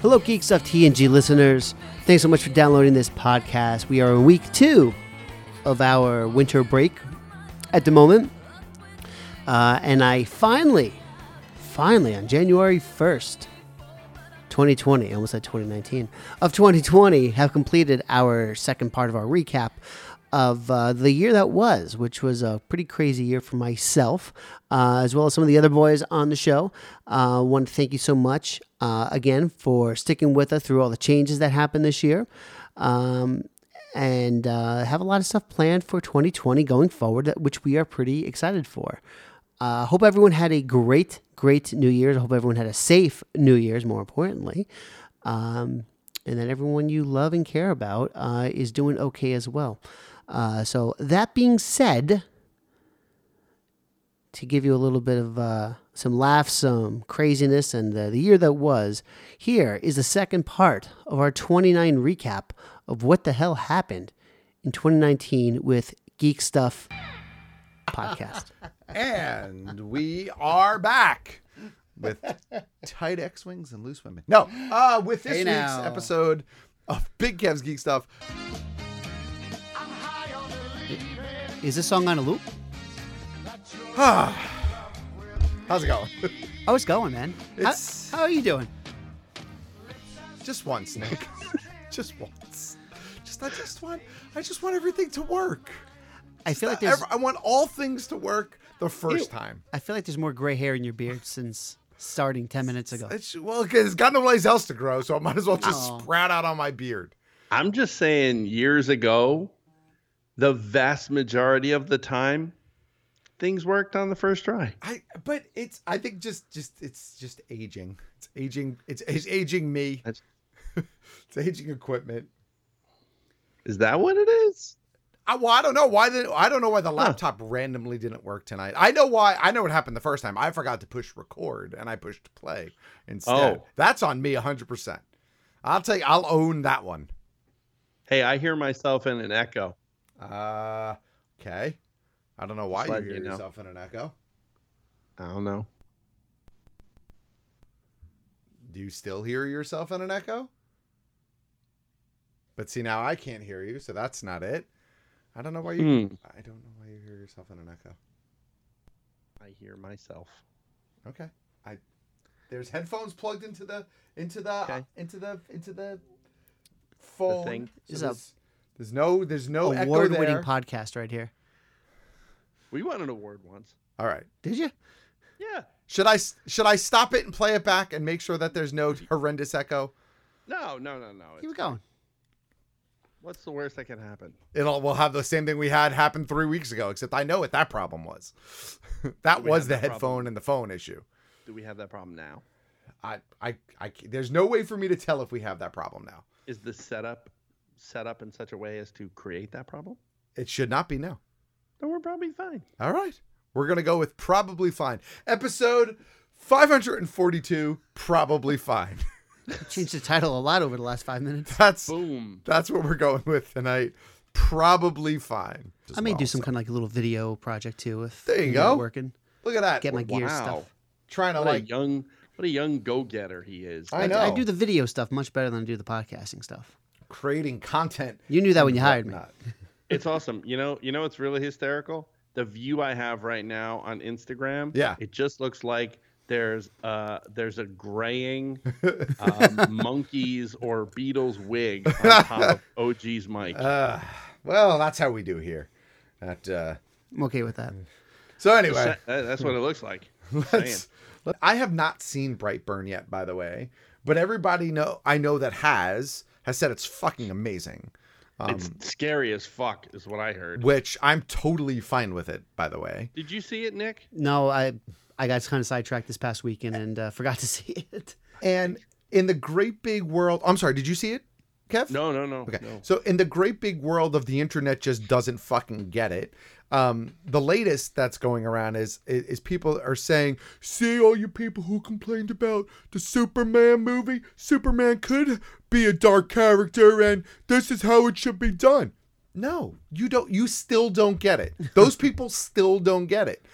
Hello, Geeks of TNG listeners. Thanks so much for downloading this podcast. We are in week two of our winter break at the moment. Uh, and I finally, finally, on January 1st, 2020, I almost said 2019, of 2020, have completed our second part of our recap of uh, the year that was, which was a pretty crazy year for myself, uh, as well as some of the other boys on the show. Uh, want to thank you so much uh, again for sticking with us through all the changes that happened this year. Um, and uh, have a lot of stuff planned for 2020 going forward, that- which we are pretty excited for. Uh, hope everyone had a great, great New Year's. I hope everyone had a safe New Year's, more importantly. Um, and that everyone you love and care about uh, is doing okay as well. Uh, so, that being said, to give you a little bit of uh, some laughs, some craziness, and uh, the year that was, here is the second part of our 29 recap of what the hell happened in 2019 with Geek Stuff Podcast. and we are back with tight X wings and loose women. No, uh, with this Hey week's now. episode of Big Kev's Geek Stuff. is this song on a loop? How's it going? Oh, it's going, man. How, It's how are you doing? just once, Nick. just once. Just I just want I just want everything to work. I feel like there's Ever- I want all things to work the first time. I feel like there's more gray hair in your beard since starting 10 minutes ago. It's, well, 'cause it's got no place else to grow, so I might as well just Aw. sprout out on my beard. I'm just saying, years ago, the vast majority of the time, things worked on the first try. I but it's I think just just it's just aging. It's aging. It's, it's aging me. That's- it's aging equipment. Is that what it is? I, well, I don't know why the I don't know why the laptop randomly didn't work tonight. I know why. I know what happened the first time. I forgot to push record and I pushed play instead. Oh. That's on me 100%. I'll take I'll own that one. Hey, I hear myself in an echo. Uh okay. I don't know why Just you letting hear you know. yourself in an echo. I don't know. Do you still hear yourself in an echo? But see, now I can't hear you, so that's not it. I don't know why you. Hmm. I don't know why you hear yourself in an echo. I hear myself. Okay. I there's headphones plugged into the into the uh, Okay. into the into the phone. thing. so Is a- there's, there's no there's no echo Award-winning there. podcast right here. We won an award once. All right. Did you? Yeah. Should I s- should I stop it and play it back and make sure that there's no horrendous echo? No, no, no, no. Keep It's- it going. What's the worst that can happen? It'll we'll have the same thing we had happen three weeks ago, except I know what that problem was. that We was have the that headphone problem. and the phone issue. Do we have that problem now? I, I, I, c- there's no way for me to tell if we have that problem now. Is the setup set up in such a way as to create that problem? It should not be now. Then we're probably fine. All right. We're going to go with probably fine. Episode 542, probably fine. Changed the title a lot over the last five minutes. That's, Boom. that's what we're going with tonight. Probably fine. as I may do well. some kind of like a little video project too. If There you we get it go. Working, Look at that. get my We're gear wow. stuff. Trying to What a like, young, what a young go-getter he is. I I, know. I do the video stuff much better than I do the podcasting stuff. creating content. You knew that when you hired me. Not. It's awesome. You know, you know what's really hysterical? The view I have right now on Instagram. Yeah. It just looks like there's uh there's a graying um, monkeys or beetles wig on top of OG's mic. Uh, well, that's how we do here. At, uh, I'm okay with that. Mm. so Just anyway, that- that's what it looks like. let's, let- I have not seen Brightburn yet, by the way, but everybody know I know that has has said it's fucking amazing. um, it's scary as fuck, is what I heard. which I'm totally fine with it, by the way. Did you see it, Nick? No, I I got kind of sidetracked this past weekend and uh, forgot to see it. And in the great big world, I'm sorry, did you see it, Kev? No, no, no. Okay. No. So in the great big world of the internet, just doesn't fucking get it. Um, the latest that's going around is, is is people are saying, "See all you people who complained about the Superman movie. Superman could be a dark character, and this is how it should be done." No, you don't. You still don't get it. Those people still don't get it.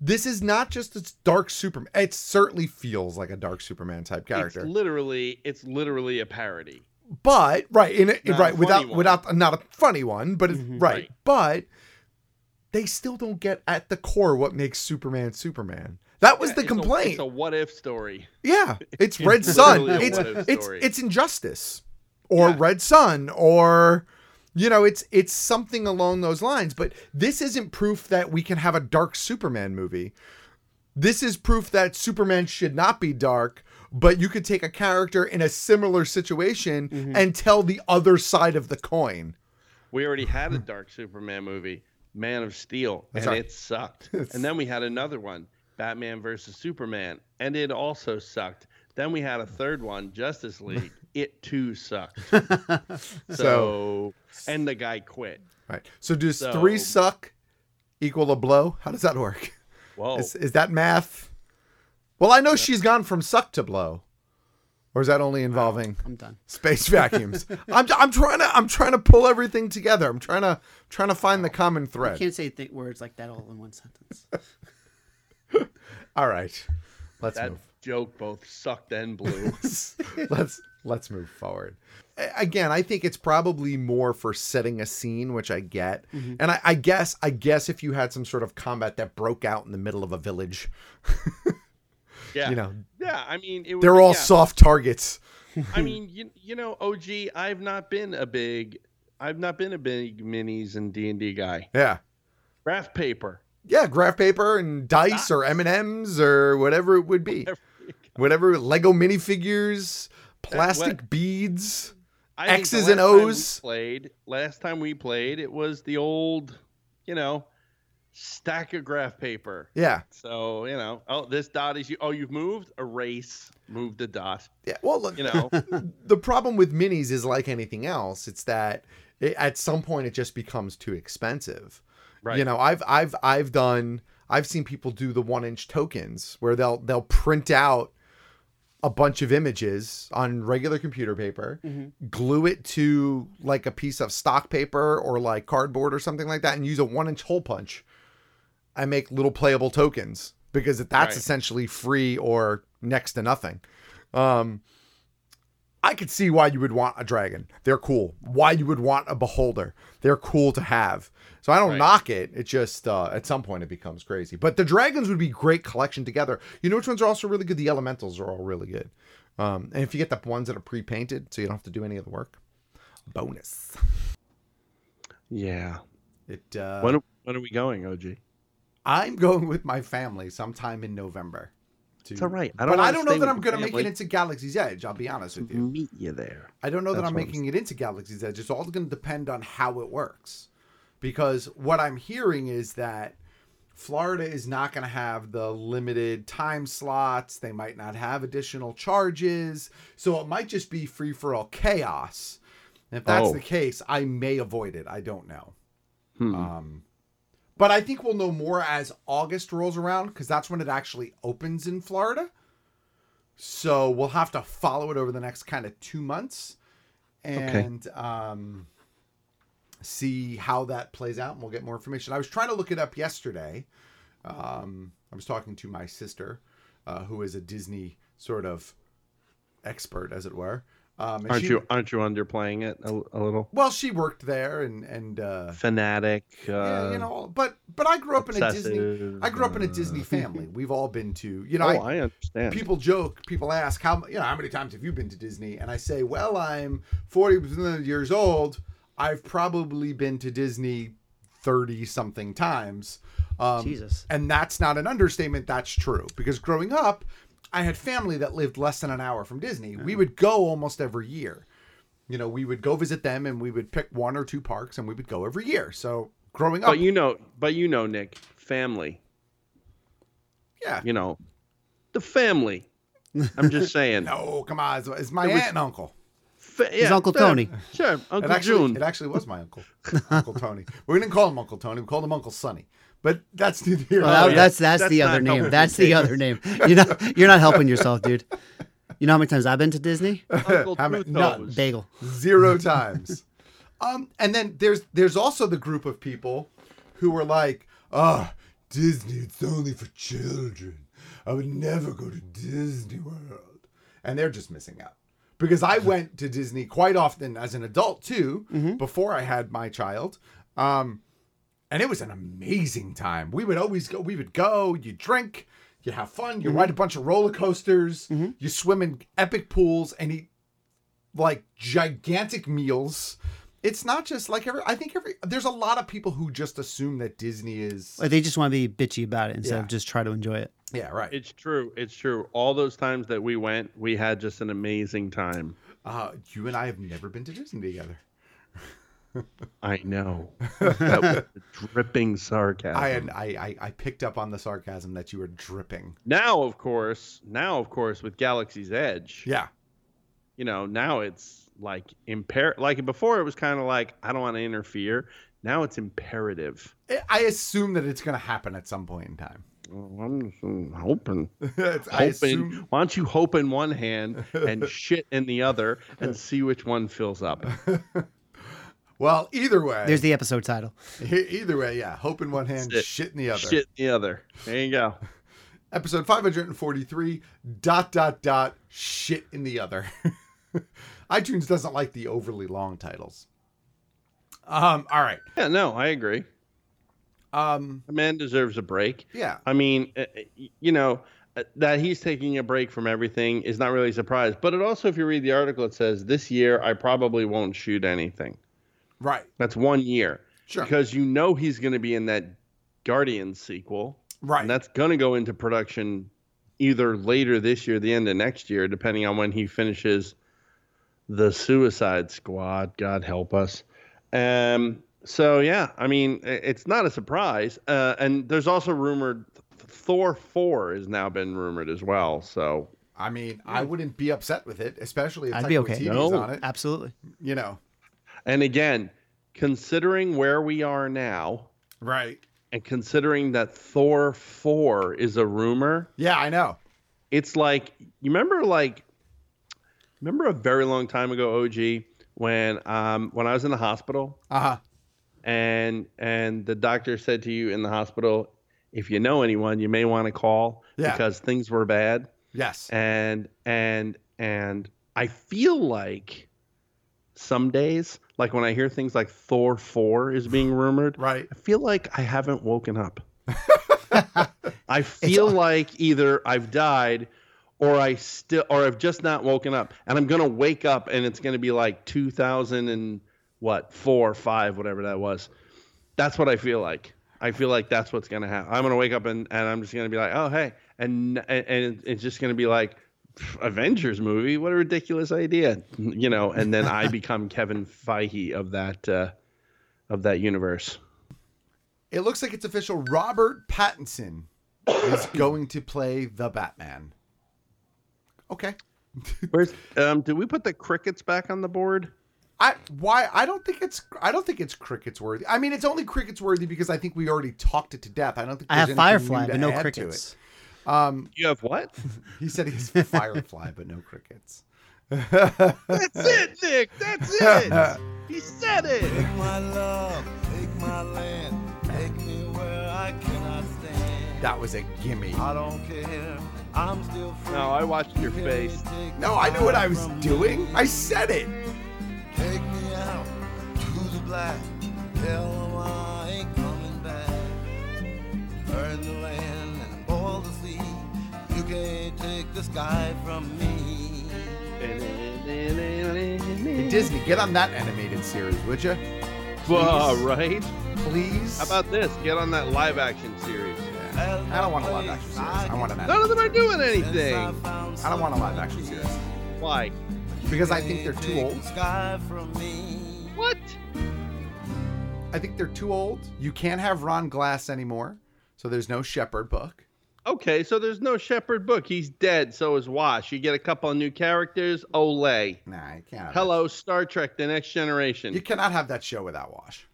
This is not just a dark Superman. It certainly feels like a dark Superman type character. It's literally it's literally a parody. but right in a, Not a right funny without one. Mm-hmm. without not a funny one but it's Mhm. right. Right. but they still don't get at the core what makes superman superman that was Yeah, the it's a- complaint it's a what if story. yeah it's it's red sun literally a it's what-if it's story. it's injustice or Yeah. red sun or you know it's it's something along those lines but this isn't proof that we can have a dark superman movie this is proof that Superman should not be dark, but you could take a character in a similar situation Mm-hmm. and tell the other side of the coin. We already had a dark Superman movie, Man of Steel, Hmm. That's and right. it sucked. It's- And then we had another one, Batman versus Superman, and it also sucked. Then we had a third one, Justice League. It too sucked. so, and the guy quit. Right. So does So- three suck equal a blow? How does that work? Whoa. Is, is that math? Well, I know she's gone from suck to blow. Or is that only involving I'm done. space vacuums? I'm, I'm trying to I'm trying to pull everything together. I'm trying to trying to find the common I thread. can't say th- words like that all in one sentence. All right. Let's that move. joke both sucked and blew. let's let's move forward. A- Again, I think it's probably more for setting a scene, which I get, Mm-hmm. and I, I guess I guess if you had some sort of combat that broke out in the middle of a village, yeah. you know, yeah. I mean, it was, they're all yeah. soft targets. I mean, you, you know, OG, I've not been a big, I've not been a big minis and D and D guy. Yeah, Graph paper. yeah, graph paper and dice or M and M's or whatever it would be, whatever Lego minifigures, plastic beads. I think the X's and last time we O's. Played last time we played, it was the old, you know, stack of graph paper. Yeah, So you know, oh, this dot is you. Oh, you've moved. Erase. Move the dot. yeah. Well, look, You know. the problem with minis is like anything else. It's that it, at some point it just becomes too expensive. right. You know, I've I've I've done I've seen people do the one inch tokens where they'll they'll print out a bunch of images on regular computer paper, glue it to like a piece of stock paper or like cardboard or something like that, and use a one inch hole punch and make little playable tokens because that's Right. essentially free or next to nothing. Um, I could see why you would want a dragon. They're cool. Why you would want a beholder. They're cool to have. So I don't Right. knock it. It just uh, at some point it becomes crazy. But the dragons would be great collection together. You know which ones are also really good? The elementals are all really good. Um, and if you get the ones that are pre-painted, so you don't have to do any of the work, bonus. Yeah. It. Uh, When are, when are we going, OG? I'm going with my family sometime in November. To, It's all right. I I don't don't but wanna I don't stay know that with I'm going to your make it family. into Galaxy's Edge. I'll be honest with you. Meet you there. I don't know that That's I'm what I'm making it into Galaxy's Edge. It's all going to depend on how it works. Because what I'm hearing is that Florida is not going to have the limited time slots. They might not have additional charges. So it might just be free for all chaos. And if that's Oh. the case, I may avoid it. I don't know. Hmm. Um, but I think we'll know more as August rolls around because that's when it actually opens in Florida. So we'll have to follow it over the next kind of two months and um, see how that plays out, and we'll get more information. I was trying to look it up yesterday. Um, I was talking to my sister, uh, who is a Disney sort of expert, as it were. Um, and aren't she- you aren't you underplaying it a, a little? Well, she worked there, and and uh, Fanatic. Uh, yeah, you know, all- but but I grew up in a Disney. obsessive, I grew up in a Disney uh, family. We've all been to, you know, Oh, I, I understand. people joke, people ask how you know how many times have you been to Disney, and I say, well, I'm 40 years old. I've probably been to Disney 30 something times. Um, Jesus. and that's not an understatement. That's true because growing up, I had family that lived less than an hour from Disney. We would go almost every year. You know, we would go visit them, and we would pick one or two parks, and we would go every year. So growing up, but you know, but you know, Nick, family. yeah. You know, the family. I'm just saying. No, come on, it's, it's my It was- aunt and uncle. Fa- yeah, Uncle sure, Tony. Sure, It Uncle actually, June. it actually was my uncle, Uncle Tony. We didn't call him Uncle Tony. We called him Uncle Sonny. But that's neither here. Well, that- yeah. that's, that's That's the not other name. helpful. That's the other name. You're not you're not helping yourself, dude. You know how many times I've been to Disney? Uncle How many- Two no, Toes. Bagel. zero times. Um, and then there's there's also the group of people who were like, "Oh, Disney, it's only for children. I would never go to Disney World. And they're just missing out. Because I went to Disney quite often as an adult too, Mm-hmm. before I had my child. Um, and it was an amazing time. We would always go, we would go, you drink, you have fun, you ride a bunch of roller coasters, you swim in epic pools and eat like gigantic meals. It's not just like every. I think every. There's a lot of people who just assume that Disney is. Or they just want to be bitchy about it instead Yeah. of just try to enjoy it. Yeah, right. It's true. It's true. All those times that we went, we had just an amazing time. Uh, you and I have never been to Disney together. I know. that was dripping sarcasm. I had. I, I. I picked up on the sarcasm that you were dripping. Now, of course, now of course, with Galaxy's Edge, Yeah. you know, now it's like impair. Like before, it was kind of like I don't want to interfere. Now it's imperative. I- I assume that it's gonna happen at some point in time. Well, I'm just, mm, hoping, It's- I hoping. assume. Why don't you hope in one hand and shit in the other, and see which one fills up? Well, either way. There's the episode title. e- either way, yeah. Hope in one hand, Shit. shit in the other. Shit in the other. There you go. Episode 543. Dot dot dot. Shit in the other. iTunes doesn't like the overly long titles. Um. All right. Yeah, no, I agree. Um. A man deserves a break. Yeah. I mean, uh, uh, you know, uh, that he's taking a break from everything is not really a surprise. But it also, if you read the article, it says this year I probably won't shoot anything. Right. That's one year Sure. because you know he's going to be in that Guardian sequel, right. and that's going to go into production either later this year, the end of next year, depending on when he finishes the Suicide Squad. God help us. Um, so yeah, I mean, i- it's not a surprise. Uh, and there's also rumored Thor four has now been rumored as well. So I mean, I wouldn't be upset with it, especially if I'd be Taika okay. Waititi's No. on it. Absolutely. You know, and again, considering where we are now. right? And considering that Thor 4 is a rumor, Yeah, I know. it's like you remember like remember a very long time ago og when um when i was in the hospital Uh huh. and and the doctor said to you in the hospital if you know anyone you may want to call Yeah. because things were bad Yes. and and and i feel like some days like when i hear things like thor 4 is being rumored Right. I feel like I haven't woken up. I feel like either I've died or I still or I've just not woken up. And I'm gonna wake up and it's gonna be like two thousand and what, four, five, whatever that was. That's what I feel like. I feel like that's what's gonna happen. I'm gonna wake up and, and I'm just gonna be like, oh hey, and and, and it's just gonna be like "Pff, Avengers movie. What a ridiculous idea, you know. And then I become Kevin Feige of that uh, of that universe. It looks like it's official. Robert Pattinson is going to play the Batman. Okay. Where's um? Did we put the crickets back on the board? I why I don't think it's I don't think it's crickets worthy. I mean, it's only crickets worthy because I think we already talked it to death. I don't think I have there's anything new Firefly, to but no add to it. crickets. You have what? He said he's Firefly, but no crickets. That's it, Nick. That's it. He said it. Take my love, take my land, take me where I cannot stand. That was a gimme. I don't care, I'm still free. No, I watched your face. Take No, me I knew what I was from me. doing. I said it. Take me out to the black. Tell 'em I ain't coming back. Burn the land and boil the sea. You can't take the sky from me. Disney, get on that animated series, would you? Whoa, right? Please. How about this? Get on that live action series. I don't want a live action series. I want an None animated. of them are doing Since I anything. found I don't want a live something action to series Why? because I think they're too Take the old. sky from me. What? I think they're too old. You can't have Ron Glass anymore, so there's no Shepherd book. Okay, so there's no Shepherd book. He's dead. So is Wash. You get a couple of new characters. Olay. Nah, you can't. Have that. Hello, Star Trek: The Next Generation. You cannot have that show without Wash.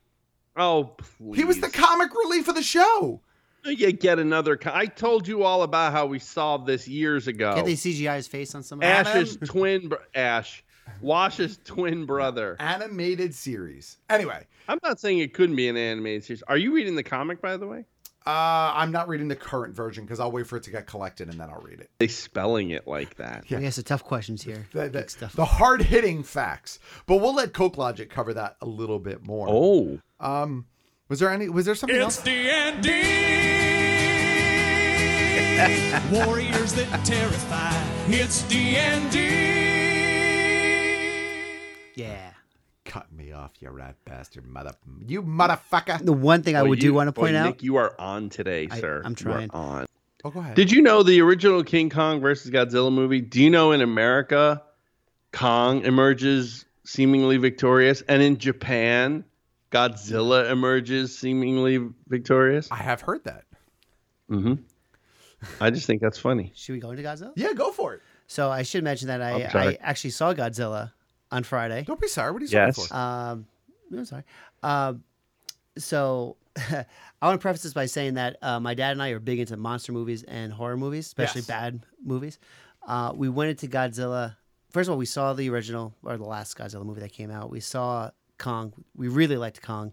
oh, please. He was the comic relief of the show. You get another. co- I told you all about how we solved this years ago. Can Oh. they CGI his face on some? Ash's twin, br- Ash, Wash's twin brother. Animated series. Anyway, I'm not saying it couldn't be an animated series. Are you reading the comic, by the way? Uh, I'm not reading the current version because I'll wait for it to get collected and then I'll read it. They spelling it like that. I guess the tough questions here. The, Big stuff. hard hitting facts, but we'll let Coke Logic cover that a little bit more. Oh, Um, was there any? Was there something It's else? the D. Warriors that terrify. It's D and D. yeah. Cut me off, you rat bastard, mother, you motherfucker. The one thing I Boy, would you- do want to boy, point out. Nick, you are on today, I- sir. I'm You are trying. on. Oh, go ahead. Did you know the original King Kong versus Godzilla movie? Do you know in America, Kong emerges seemingly victorious, and in Japan, Godzilla emerges seemingly victorious? I have heard that. hmm I just think that's funny. Should we go into Godzilla? Yeah, go for it. So I should mention that I, I'm I sorry. actually saw Godzilla on Friday. Don't be sorry. What are you Yes. sorry for? Um, I'm sorry. Um, so I want to preface this by saying that uh, my dad and I are big into monster movies and horror movies, especially Yes. bad movies. Uh, we went into Godzilla. First of all, we saw the original or the last Godzilla movie that came out. We saw Kong. We really liked Kong.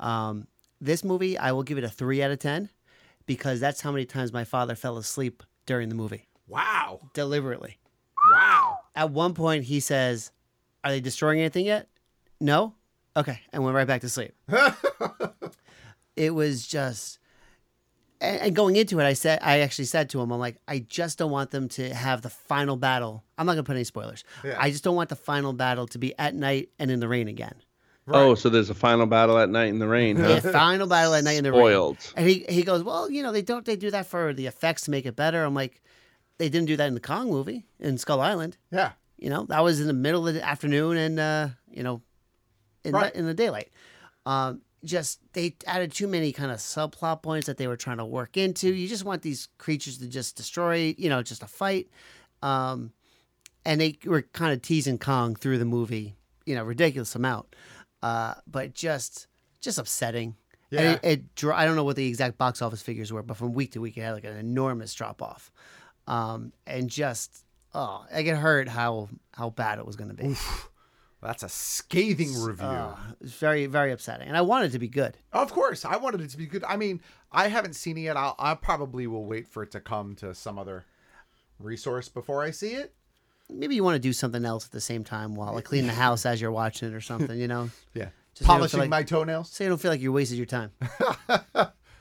Um, this movie, I will give it a three out of ten because that's how many times my father fell asleep during the movie Wow. deliberately Wow. at one point he says, "Are they destroying anything yet?" No. Okay, and went right back to sleep. it was just, and and going into it, I said, I actually said to him, "I'm like, I just don't want them to have the final battle. I'm not gonna put any spoilers. Yeah. I just don't want the final battle to be at night and in the rain again. Oh, so there's a final battle at night in the rain, huh? The final battle at night in the rain. Spoiled. And he, he goes, well, you know, they don't they do that for the effects to make it better. I'm like, they didn't do that in the Kong movie in Skull Island. Yeah. you know that was in the middle of the afternoon and uh you know in, Right. the, in the daylight um just they added too many kind of subplot points that they were trying to work into you just want these creatures to just destroy you know just a fight um and they were kind of teasing kong through the movie you know ridiculous amount uh but just just upsetting Yeah. and it, it dro- i don't know what the exact box office figures were but from week to week it had like an enormous drop off um, and just oh, I get hurt how how bad it was going to be. That's a scathing review. Uh, it's very very upsetting, and I wanted it to be good. Of course, I wanted it to be good. I mean, I haven't seen it yet. I'll, I probably will wait for it to come to some other resource before I see it. Maybe you want to do something else at the same time while like cleaning the house as you're watching it or something. You know, Yeah, Just so you don't polishing feel like- my toenails. so you don't feel like you wasted your time.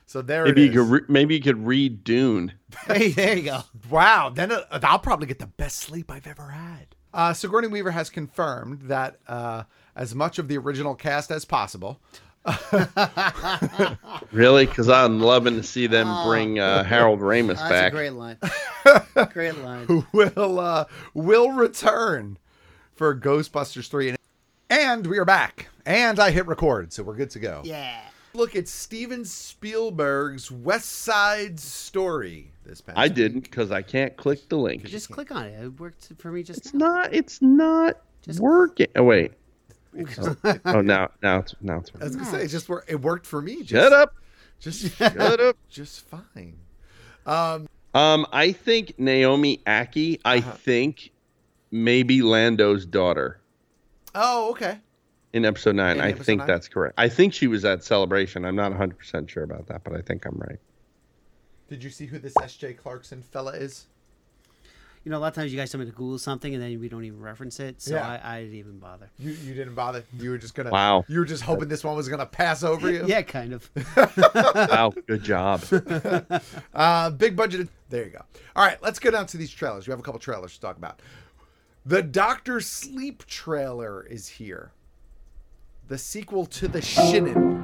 So there Maybe you it is. could re- maybe you could read Dune. hey, there you go. wow, then uh, I'll probably get the best sleep I've ever had. Uh, Sigourney Weaver has confirmed that uh, as much of the original cast as possible. Really? Because I'm loving to see them bring uh, Harold Ramis Oh. That's back. a great line. great line. will uh, will return for Ghostbusters 3 and, and we are back. And I hit record, so we're good to go. Yeah. Look at Steven Spielberg's West Side Story this past I week. didn't because I can't click the link. Just click on it. It worked for me. Just It's not. It's not working. Oh wait. Oh, oh, now, now it's now it's. I Working. was gonna say it just wor- it worked for me. Just, Shut up. Just Shut up. just fine. Um, I think Naomi Aki. I Uh-huh. think maybe Lando's daughter Oh, okay. in episode nine. In I episode think nine? that's correct. I think she was at Celebration. I'm not 100 percent sure about that, but I think I'm right. Did you see who this S.J. Clarkson fella is? you know, a lot of times you guys tell me to Google something and then we don't even reference it, so Yeah. I, I didn't even bother. You you didn't bother. You were just gonna. Wow. You were just hoping this one was gonna pass over you. Yeah, kind of. Wow, good job. Uh, big budget. There you go. All right, let's go down to these trailers. We have a couple trailers to talk about. The Doctor Sleep trailer is here. The sequel to The Shinin.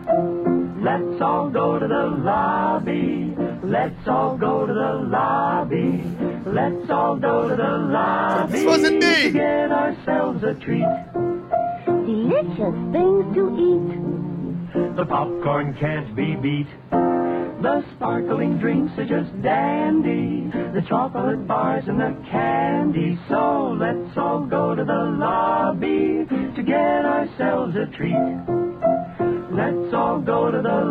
Let's all go to the lobby. Let's all go to the lobby. Let's all go to the lobby. This wasn't To me. get ourselves a treat. delicious things to eat. The popcorn can't be beat. The sparkling drinks are just dandy. The chocolate bars and the candy. So let's all go to the lobby to get ourselves a treat. Let's all go to the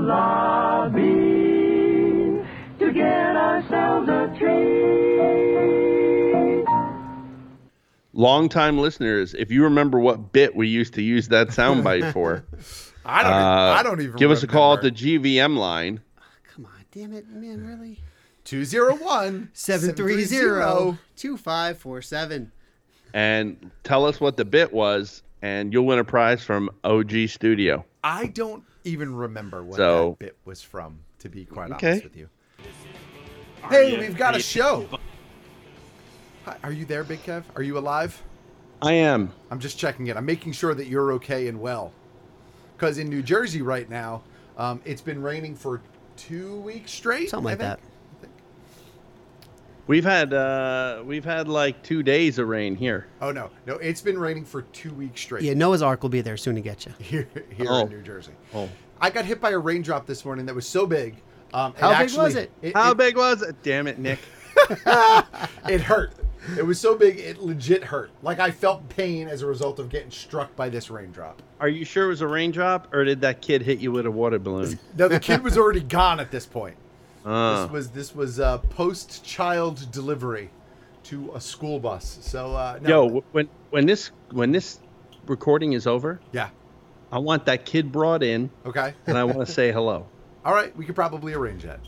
lobby to get ourselves a treat. Longtime listeners, if you remember what bit we used to use that soundbite for, I don't. e, uh, I don't even. give us a remember. call at the GVM line. Come on, Damn it, man, really? 201 730 2547. and tell us what the bit was, and you'll win a prize from OG Studio. I don't even remember what So- that bit was from, to be quite Okay. honest with you. Hey, we've got a show. Hi, are you there, Big Kev? Are you alive? I am. I'm just checking it. I'm making sure that you're okay and well. Because in New Jersey right now, um, it's been raining for two weeks straight. Something like I that. think. We've had uh, we've had like two days of rain here. Oh, no. No, it's been raining for two weeks straight Yeah, Noah's Ark will be there soon to get you. here, here Oh. in New Jersey. Oh, I got hit by a raindrop this morning that was so big. Um, it How big actually- was it? how big was it? Damn it, Nick. it hurt. It was so big, it legit hurt. Like I felt pain as a result of getting struck by this raindrop. Are you sure it was a raindrop, or did that kid hit you with a water balloon? Now the kid was already gone at this point. Uh, This was this was uh, post child delivery to a school bus. So uh, no. Yo, wh- when when this when this recording is over, yeah, I want that kid brought in, okay, and I want to say hello. all right. We could probably arrange that.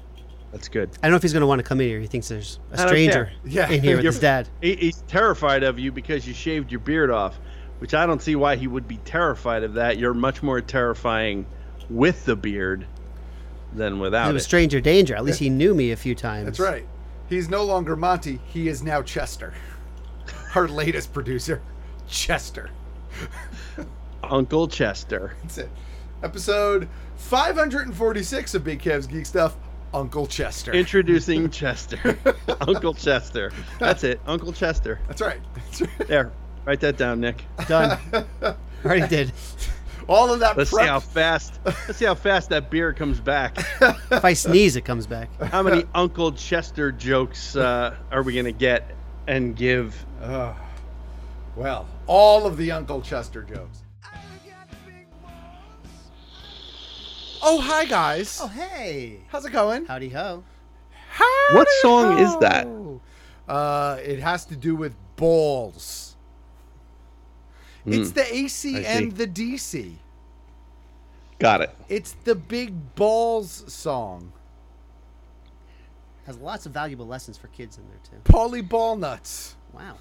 That's good. I don't know if he's going to want to come in here. He thinks there's a I don't stranger care. Yeah. in here with You're- his dad. He, he's terrified of you because you shaved your beard off, which I don't see why he would be terrified of that. You're much more terrifying with the beard than He without was it. stranger danger. At least he knew me a few times. That's right. He's no longer Monty. He is now Chester, our latest producer, Chester. Uncle Chester. That's it. Episode 546 of Big Cavs Geek Stuff. Uncle Chester. Introducing Chester. Uncle Chester. That's it. Uncle Chester. That's right. That's right. There. Write that down, Nick. Done. Already did. All of that Let's see prep. how fast. Let's see how fast that beard comes back. If I sneeze, it comes back. How many Uncle Chester jokes uh, are we gonna get and give? Ugh. well, all of the Uncle Chester jokes. Oh, hi, guys. hey. How's it going? Howdy ho. What song is that? Uh, it has to do with balls. It's the Hmm. I AC see. and the DC. Got it. It's the Big Balls song. Has lots of valuable lessons for kids in there, too. Paulie Ballnuts. Wow.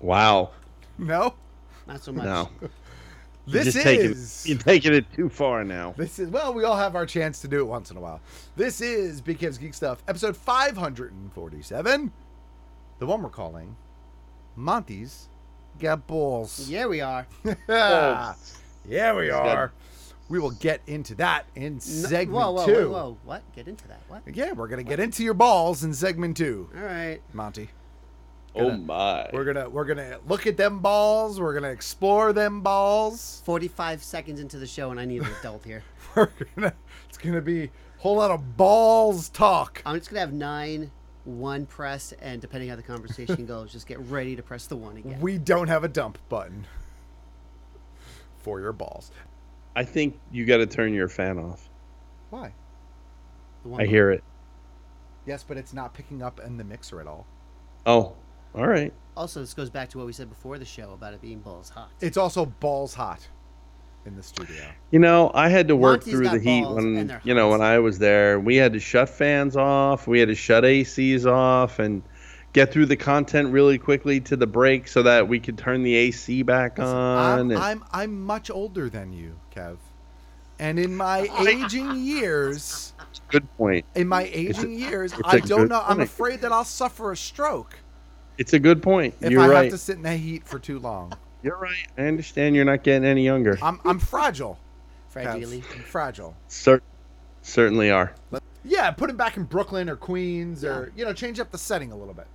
Wow. No? Not so much. No. This just is. taking, you're taking it too far now. This is well, we all have our chance to do it once in a while. This is Big Kim's Geek Stuff, episode 547. The one we're calling Monty's Got Balls. Yeah, we are. Yeah, we good. are. We will get into that in segment whoa, whoa, two. whoa, whoa. What? Get into that. What? Yeah, we're gonna get into your balls in segment two, All right. Monty. Oh my. We're gonna we're gonna look at them balls. We're gonna explore them balls. 45 seconds into the show, and I need an adult here. We're gonna it's gonna be a whole lot of balls talk. I'm just going to have nine, one press, and depending how the conversation goes, just get ready to press the one again. We don't have a dump button for your balls. I think you got to turn your fan off. Why? The one I hear it. Yes, but it's not picking up in the mixer at all. Oh, all right. Also, this goes back to what we said before the show about it being balls hot. It's also balls hot in the studio. You know, I had to work Monty's through got the heat balls and when they're you know hot. when I was there. We had to shut fans off. We had to shut ACs off and get through the content really quickly to the break so that we could turn the AC back on. I'm, and- I'm I'm much older than you, Kev. And in my aging years, good point. in my aging years, it's I a don't good know. I'm point. afraid that I'll suffer a stroke It's a good point. if You're I right. have to sit in that heat for too long. You're right. I understand. You're not getting any younger. I'm I'm fragile. Kev. Fragile. I'm fragile. Cer- certainly are. Yeah, put him back in Brooklyn or Queens or you know, change up the setting a little bit.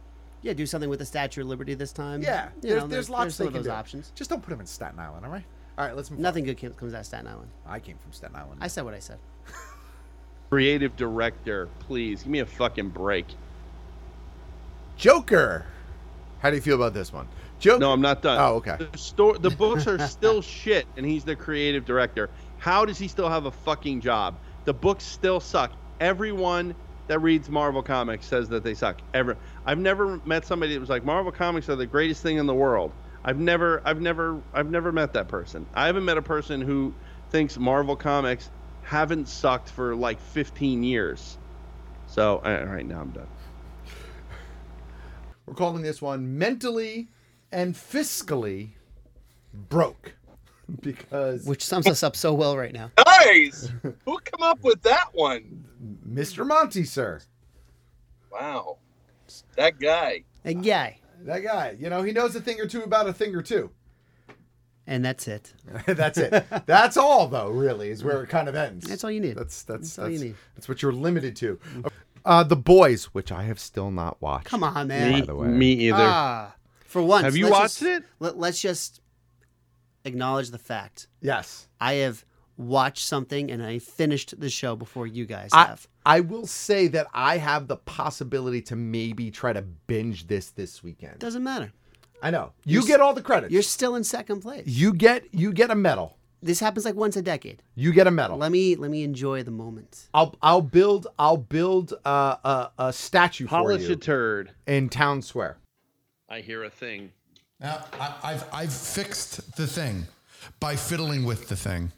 Yeah, do something with the Statue of Liberty this time. Yeah, You there's, know, there's lots some they of can those do. options. Just don't put them in Staten Island, all right? All right, let's move. Nothing good came- comes out of Staten Island. on. I came from Staten Island. I said what I said. Creative director, please give me a fucking break. Joker. How do you feel about this one? Joker. No, I'm not done. Oh, okay. The, sto- the books are still shit, and he's the creative director. How does he still have a fucking job? The books still suck. Everyone that reads Marvel comics says that they suck. Ever, I've never met somebody that was like Marvel comics are the greatest thing in the world. I've never, I've never, I've never met that person. I haven't met a person who thinks Marvel comics haven't sucked for like 15 years. So, all right, now I'm done. We're calling this one mentally and fiscally broke because which sums us up so well right now. Nice. Who come up with that one? Mr. Monty, sir, Wow. That guy. And yay. that guy, you know, he knows a thing or two about a thing or two. And that's it. that's it. That's all, though. Really, is where it kind of ends. That's all you need. That's that's that's That's all you need. that's what you're limited to. Uh, the boys, which I have still not watched. Come on, Me, man. the way. me either. Ah, for once. Have you let's watched just- it? Let, let's just acknowledge the fact Yes, I have watched something and I finished the show before you guys I have. I will say that I have the possibility to maybe try to binge this this weekend. Doesn't matter. I know you get all the credit. You're still in second place. You get you get a medal. This happens like once a decade. You get a medal. Let me let me enjoy the moment. I'll I'll build I'll build uh, a a statue Polish for you a turd. in town square. I hear a thing. Now I, I've I've fixed the thing by fiddling with the thing.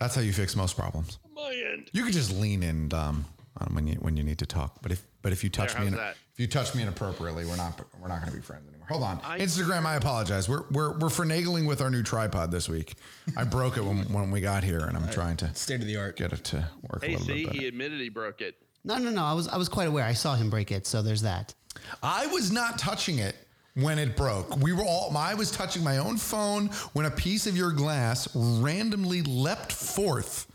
That's how you fix most problems. My end. You could just lean in um, on when you when you need to talk. But if but if you touch There, me how's in, that? if you touch me inappropriately, we're not we're not going to be friends anymore. Hold on, Instagram. I apologize. We're we're we're finagling with our new tripod this week. I broke it when, when we got here, and I'm trying to State of the art. get it to work a Hey, little see, bit better. he admitted he broke it. No, no, no. I was I was quite aware. I saw him break it, so there's that. I was not touching it when it broke. We were all I was touching my own phone when a piece of your glass randomly leapt forth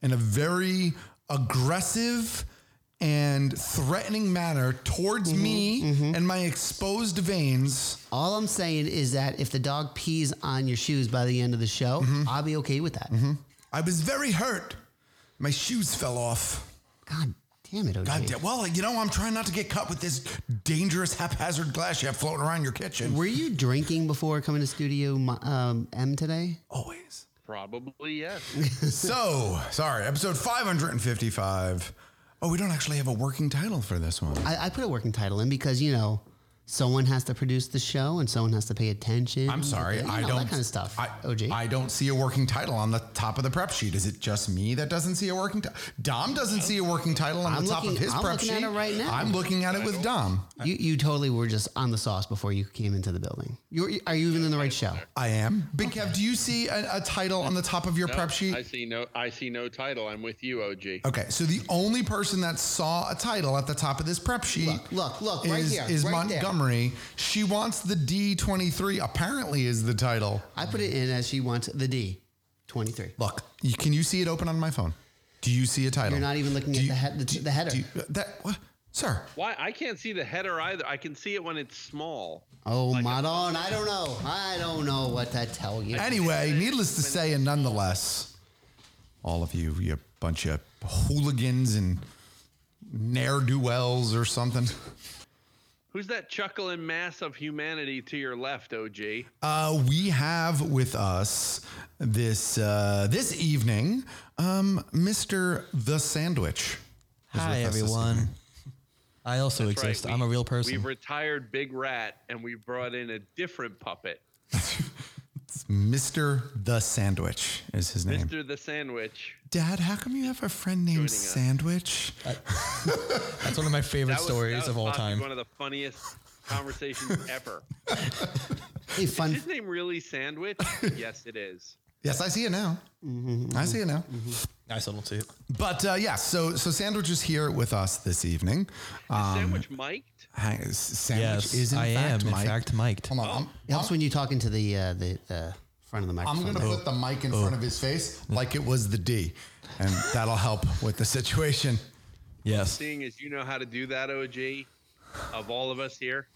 in a very aggressive and threatening manner towards me and my exposed veins. All I'm saying is that if the dog pees on your shoes by the end of the show, Mm-hmm. I'll be okay with that. I was very hurt. My shoes fell off. God damn it, OJ. God damn. Well, you know, I'm trying not to get cut with this dangerous haphazard glass you have floating around your kitchen. Were you drinking before coming to Studio Mo- um, M today? Always. Probably yes. So, sorry, episode 555. Oh, we don't actually have a working title for this one. I, I put a working title in because, you know, someone has to produce the show and someone has to pay attention. I'm sorry, You I know, don't That kind of stuff, I, OJ. I don't see a working title on the top of the prep sheet. Is it just me that doesn't see a working title? Dom doesn't see a working title on I'm the top of looking- his I'm prep looking at sheet. it right now. I'm looking at it with Dom. you, you totally were just on the sauce before you came into the building. You're, are you even in the right show? I am. Big Kev, do you see a, a title on the top of your prep sheet? I see no. I see no title. I'm with you, OG. Okay, so the only person that saw a title at the top of this prep sheet, look, look, is, right here, is right there. Montgomery. She wants the D twenty three. Apparently, is the title. I put it in as she wants the D, 23. Look, you, can you see it open on my phone? Do you see a title? You're not even looking Do at you- the, head, the, do- the header. do you- that, what? sir. Why? I can't see the header either. I can see it when it's small. Oh, Madon, I don't know. I don't know what to tell you. Anyway, needless to say, and nonetheless, all of you, you bunch of hooligans and ne'er do wells or something. Who's that chuckling mass of humanity to your left, OG? Uh, we have with us this uh, this evening, um, Mr. The Sandwich. is Hi, with us this everyone. evening. I also That's right, exist. we- I'm a real We person. retired Big Rat and we brought in a different puppet, Mr. The Sandwich is his name. Mr. the Sandwich. Dad, how come you have a friend named us. Sandwich? That's one of my favorite was- stories was of all possibly time. One of the funniest conversations ever. Hey, fun. His name really Sandwich? yes, it is. Yes, I see it now. Mm-hmm. I see it now. Nice little too. But uh, yeah, so so Sandwich is here with us this evening. Is Um, sandwich mic'd? hi- S- Sandwich Yes, is in I fact am, in Mike. fact, Oh, mic'd. Hold on, It helps when you talk into the uh, the, the front of the I'm, microphone. I'm gonna there. Oh. put the mic in front of his face like it was the D, and that'll help with the situation. Yes. Seeing as you know how to do that, OG, of all of us here,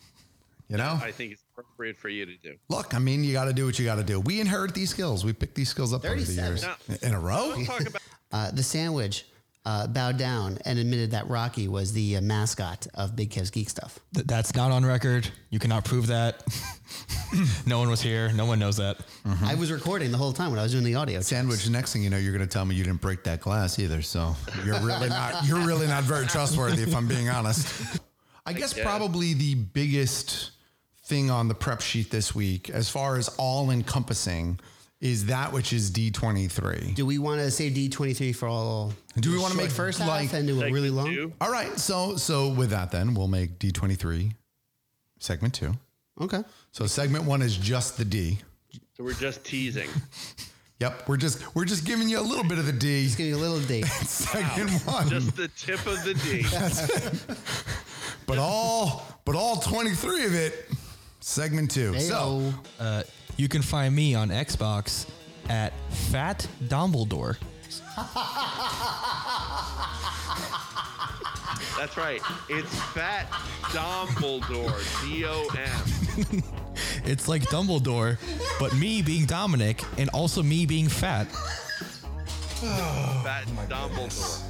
You know, I think it's appropriate for you to do. look, I mean, you got to do what you got to do. We inherit these skills. We pick these skills up over the 37. years in a row. Let's talk about uh, the sandwich uh, bowed down and admitted that Rocky was the uh, mascot of Big Kev's Geek Stuff. Th- that's not on record. You cannot prove that. no one was here. No one knows that. Mm-hmm. I was recording the whole time when I was doing the audio. Sandwich. the Next thing you know, you're going to tell me you didn't break that glass either. So you're really not. You're really not very trustworthy, if I'm being honest. I guess probably the biggest thing on the prep sheet this week, as far as all encompassing, is that which is D23. Do we want to save D23 for all? Do we want to make first like and do it really long? All right, so so with that then we'll make D23 segment 2. Okay. So segment 1 is just the D. So we're just teasing. Yep, we're just we're just giving you a little bit of the D. Just giving you a little D. Second Wow. one. Just the tip of the D. but all but all 23 of it segment 2. So uh, you can find me on Xbox at Fat Dumbledore. That's right. It's Fat Dumbledore. D O M. It's like Dumbledore, but me being Dominic and also me being fat. Oh Fat Dumbledore.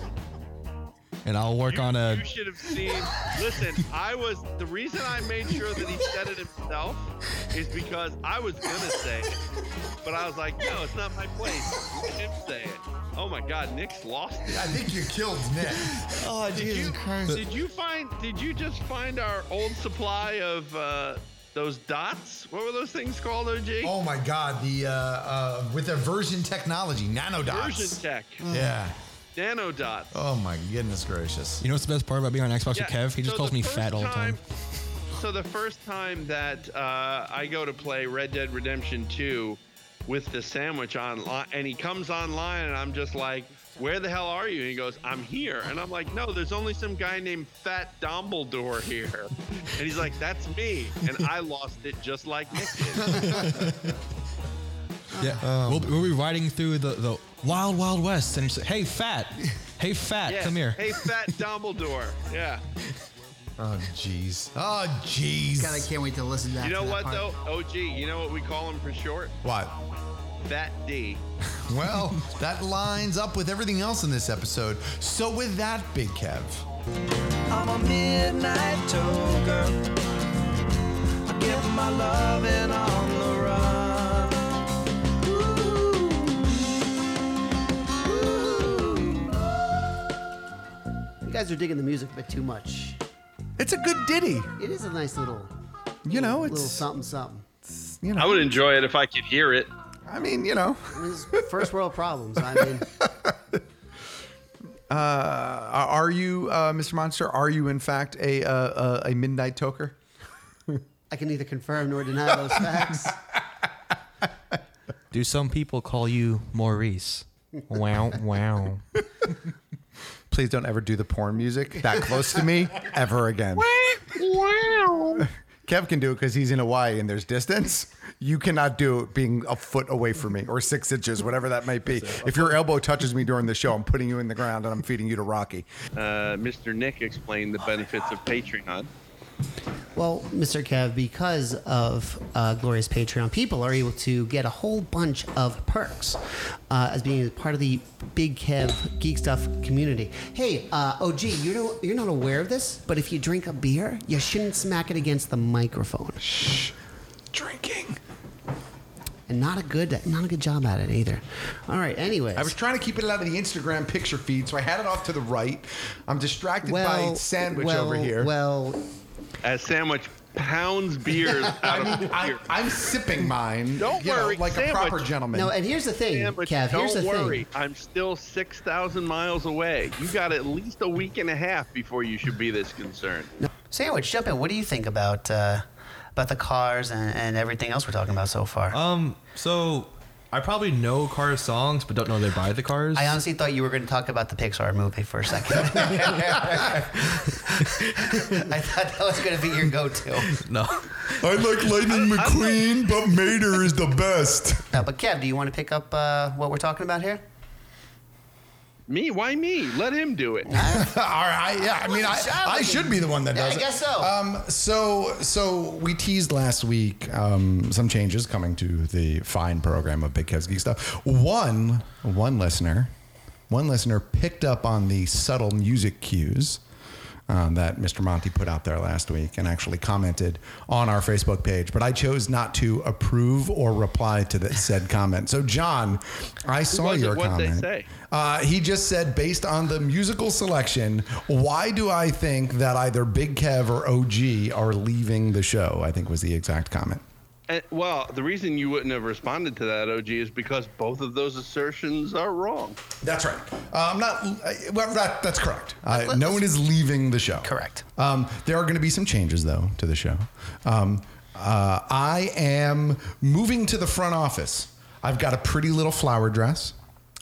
And I'll work on a You should have seen. Listen, I was the reason I made sure that he said it himself is because I was gonna say it, but I was like, no, it's not my place. Let him say it. Oh my God, Nick's lost it. I think you killed Nick. Oh, did you, Christ. Did you find? Did you just find our old supply of uh, those dots? What were those things called, OG? Oh my God! The uh, uh, with aversion technology, nanodots. Version tech. Yeah. Nano dot. Oh my goodness gracious! You know what's the best part about being on Xbox with Kev? He so just calls the me first fat all the time. So the first time that uh, I go to play Red Dead Redemption 2 with the sandwich online, and he comes online, and I'm just like, "Where the hell are you?" And he goes, "I'm here," and I'm like, "No, there's only some guy named Fat Dumbledore here," and he's like, "That's me," and I lost it just like Nick did. Yeah, Um, we'll, we'll be riding through the, the wild, wild west, and it's like, hey, fat, hey, fat, Yeah. come here. Hey, Fat Dumbledore. Yeah. Oh jeez. Oh jeez. God, I can't wait to listen to that. You know to that what part. though? OG. You know what we call him for short? What? Fat D. Well, that lines up with everything else in this episode. So with that, Big Kev. I'm a midnight toll girl. I give my love and on the run. You guys are digging the music a bit too much. It's a good ditty. It is a nice little, you know, little something something. You I would enjoy it if I could hear it. I mean, you know. I mean, it's first world problems. I mean, Uh, are you, uh, Mr. Monster? Are you in fact a uh, uh, a midnight toker? I can neither confirm nor deny those facts. Do some people call you Maurice? wow, wow. Please don't ever do the porn music that close to me ever again. Wow. Kev can do it because he's in Hawaii and there's distance. You cannot do it being a foot away from me or six inches, whatever that might be. If your elbow touches me during the show, I'm putting you in the ground and I'm feeding you to Rocky. Uh, Mr. Nick explained the benefits of Patreon. Well, Mr. Kev, because of uh, Glorious Patreon, people are able to get a whole bunch of perks uh, as being part of the Big Kev Geek Stuff community. Hey, uh, OG, you know you're not aware of this, but if you drink a beer, you shouldn't smack it against the microphone. Shh, drinking. And not a good, not a good job at it either. All right. Anyways, I was trying to keep it out of the Instagram picture feed, so I had it off to the right. I'm distracted by sandwich well, over here. Well, As Sandwich pounds beers out of beer. I, I'm sipping mine. Don't you know, worry, like a Sandwich. proper gentleman. no, and here's the thing, Sandwich, Kev. don't Here's the worry. thing. I'm still 6,000 miles away. You got at least a week and a half before you should be this concerned. Sandwich, jump in. What do you think about uh, about the cars and, and everything else we're talking about so far? Um, so I probably know Cars songs, but don't know they buy the cars. I honestly thought you were going to talk about the Pixar movie for a second. I thought that was going to be your go-to. No. I like Lightning McQueen, but Mater is the best. No, but Kev, do you want to pick up uh, what we're talking about here? Me? Why me? Let him do it. All right. Yeah. I mean, I, I should be the one that Yeah, I does it. guess so. Um, so, so we teased last week um, some changes coming to the fine program of Big Kev's Geek Stuff. One, one listener, one listener picked up on the subtle music cues um, that Mr. Monty put out there last week and actually commented on our Facebook page. But I chose not to approve or reply to that said comment. So, John, I saw was it? your What'd they comment. say? Uh, he just said, based on the musical selection, why do I think that either Big Kev or OG are leaving the show? I think was the exact comment. And, well, the reason you wouldn't have responded to that, OG, is because both of those assertions are wrong. That's right. Uh, I'm not. Uh, well, that, that's correct. Uh, no one is leaving the show. Correct. Um, there are going to be some changes though to the show. Um, uh, I am moving to the front office. I've got a pretty little flower dress.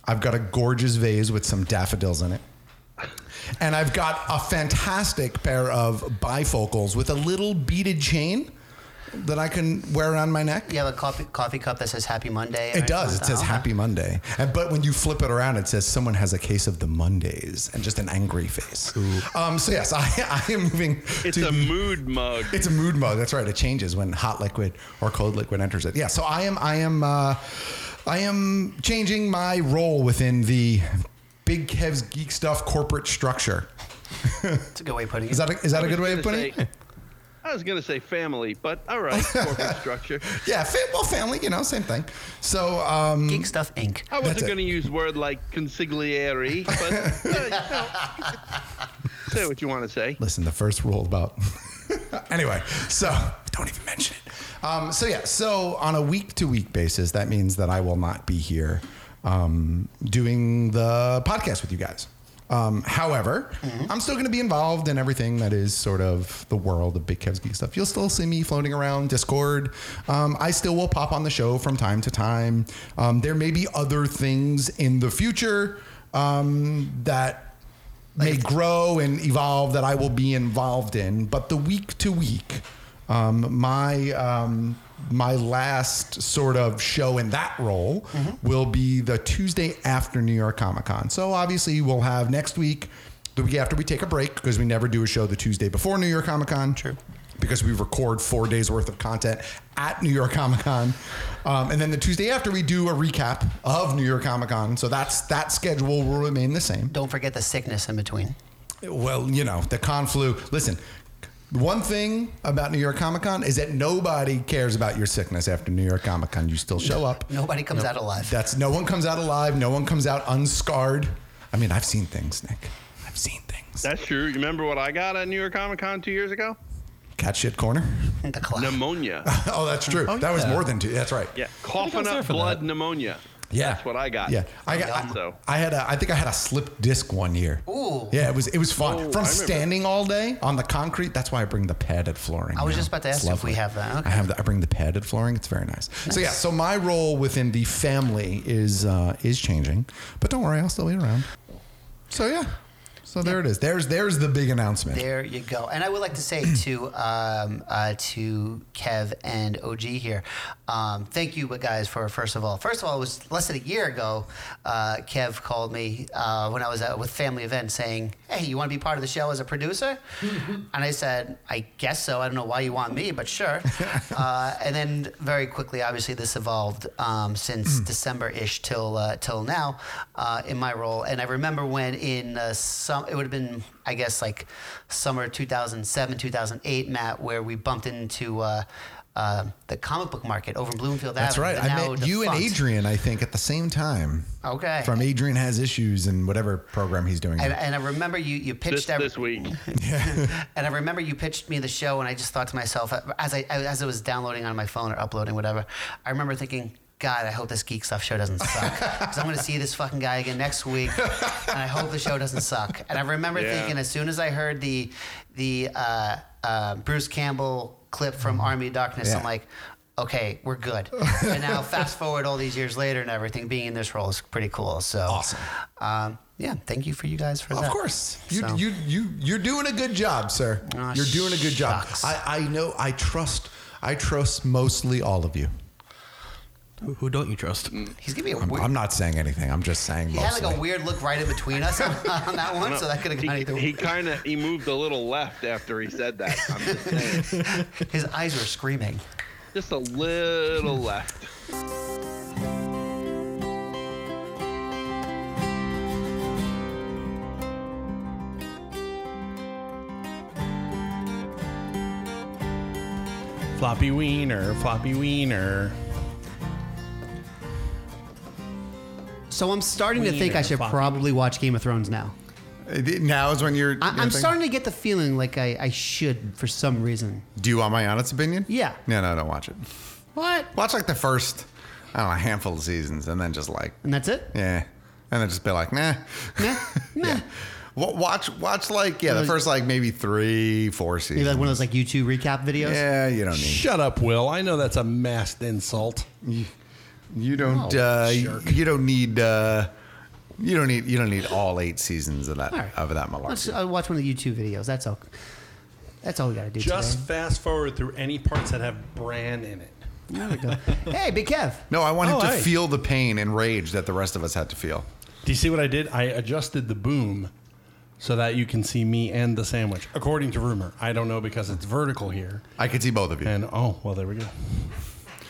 I've got a gorgeous vase with some daffodils in it. And I've got a fantastic pair of bifocals with a little beaded chain that I can wear around my neck. You have a coffee coffee cup that says Happy Monday. It does. It oh, says Happy Monday. And, but when you flip it around, it says someone has a case of the Mondays and just an angry face. Um, so, yes, I, I am moving. It's to a mood mug. It's a mood mug. That's right. It changes when hot liquid or cold liquid enters it. Yeah. So I am. I am. Uh, I am changing my role within the Big Kev's Geek Stuff corporate structure. It's a good way of putting it. Is that a, is that I a was good way of gonna putting it? say- I was going to say family, but all right, corporate structure. Yeah, fam- well, family, you know, same thing. So, um, Geek Stuff Inc. I wasn't going to use word like consigliere, but uh, you know, say what you want to say. Listen, the first rule about. anyway, so don't even mention it. Um, so yeah, so on a week to week basis, that means that I will not be here um, doing the podcast with you guys. Um, however, I'm still going to be involved in everything that is sort of the world of Big Kev's Geek stuff. You'll still see me floating around Discord. Um, I still will pop on the show from time to time. Um, there may be other things in the future um, that may grow and evolve that I will be involved in. But the week to week, um, my um, my last sort of show in that role will be the Tuesday after New York Comic Con. So obviously we'll have next week, the week after we take a break because we never do a show the Tuesday before New York Comic Con. True. Because we record four days worth of content at New York Comic Con, um, and then the Tuesday after we do a recap of New York Comic Con. So that's that schedule will remain the same. Don't forget the sickness in between. Well, you know, the conflu. Listen, one thing about New York Comic Con is that nobody cares about your sickness after New York Comic Con. You still show up. Nobody comes out alive. That's no one comes out alive. No one comes out unscarred. I mean, I've seen things, Nick. I've seen things. That's true. You remember what I got at New York Comic Con two years ago? Cat shit corner. the clock. Pneumonia. oh, that's true. that was more than two. That's right. Yeah, coughing up blood pneumonia. Yeah. That's what I got. Yeah, I got. I- So I had a. I think I had a slip disc one year. Ooh. Yeah, it was. It was Oh, I fun. From remember. standing all day on the concrete. That's why I bring the padded flooring. I was now. just about to It's ask you if lovely. we have that. I Okay. have. The, I bring the padded flooring. It's very nice. So yeah. So my role within the family is uh, is changing, but don't worry, I'll still be around. So yeah. So there it is. There's there's the big announcement. There you go. And I would like to say to um, uh, to Kev and OG here, um, thank you guys for first of all. First of all, it was less than a year ago. Uh, Kev called me uh, when I was out with family event saying, "Hey, you want to be part of the show as a producer?" and I said, "I guess so. I don't know why you want me, but sure." uh, and then very quickly, obviously, this evolved um, since Mm. December ish till uh, till now uh, in my role. And I remember when in uh, some it would have been I guess like summer 2007 2008, Matt, where we bumped into. Uh, uh, the comic book market over in Bloomfield That's Avenue. right. the I now met you and defunct- Adrian, I think, at the same time. Okay. From Adrian has issues and whatever program he's doing. And, and I remember you, you pitched this, every- this week. And I remember you pitched me the show, and I just thought to myself as I as I was downloading on my phone or uploading whatever, I remember thinking. God, I hope this geek stuff show doesn't suck because I'm going to see this fucking guy again next week, and I hope the show doesn't suck. And I remember Yeah. thinking as soon as I heard the the uh, uh, Bruce Campbell clip from Army of Darkness, Mm-hmm. Yeah. I'm like, okay, we're good. and now fast forward all these years later and everything, being in this role is pretty cool. So Awesome. Um, yeah, thank you for you guys for that. Of course, you So- you you you're doing a good job, sir. Aw, you're doing a good job. shucks. I, I know. I trust. I trust mostly all of you. Who, who don't you trust? He's giving me a I'm, weird. I'm not saying anything. I'm just saying He mostly. had like a weird look right in between us on, on that one, so that could have gone He, either he way. kind of he moved a little left after he said that. I'm just saying, His eyes were screaming. just a little left. Floppy wiener, floppy wiener. So I'm starting to think I should Wiener, fuck. probably watch Game of Thrones now. Uh, now is when you're. I, I'm starting to get the feeling like I, I should for some reason. Do you want my honest opinion? Yeah. No, no, don't watch it. What? Watch like the first, I don't know, handful of seasons, and then just like, and that's it. yeah, and then just be like, nah, Nah, nah. Wa- watch, watch like, yeah, the Those- first like maybe three, four seasons. Maybe like one of those like YouTube recap videos. Yeah, you don't need. Shut up, Will. I know that's a masked insult. Oh, You, don't. uh, you, you don't need. Uh, you don't need. You don't need all eight seasons of that All right. of that malarkey. Let's uh, watch one of the YouTube videos. That's all. That's all we gotta do. Just fast forward through any parts that have Bran in it. There we go. hey, Big Kev. No, I want Oh, him to hey. feel the pain and rage that the rest of us had to feel. Do you see what I did? I adjusted the boom so that you can see me and the sandwich, according to rumor. I don't know because it's vertical here. I could see both of you. And oh, well, there we go.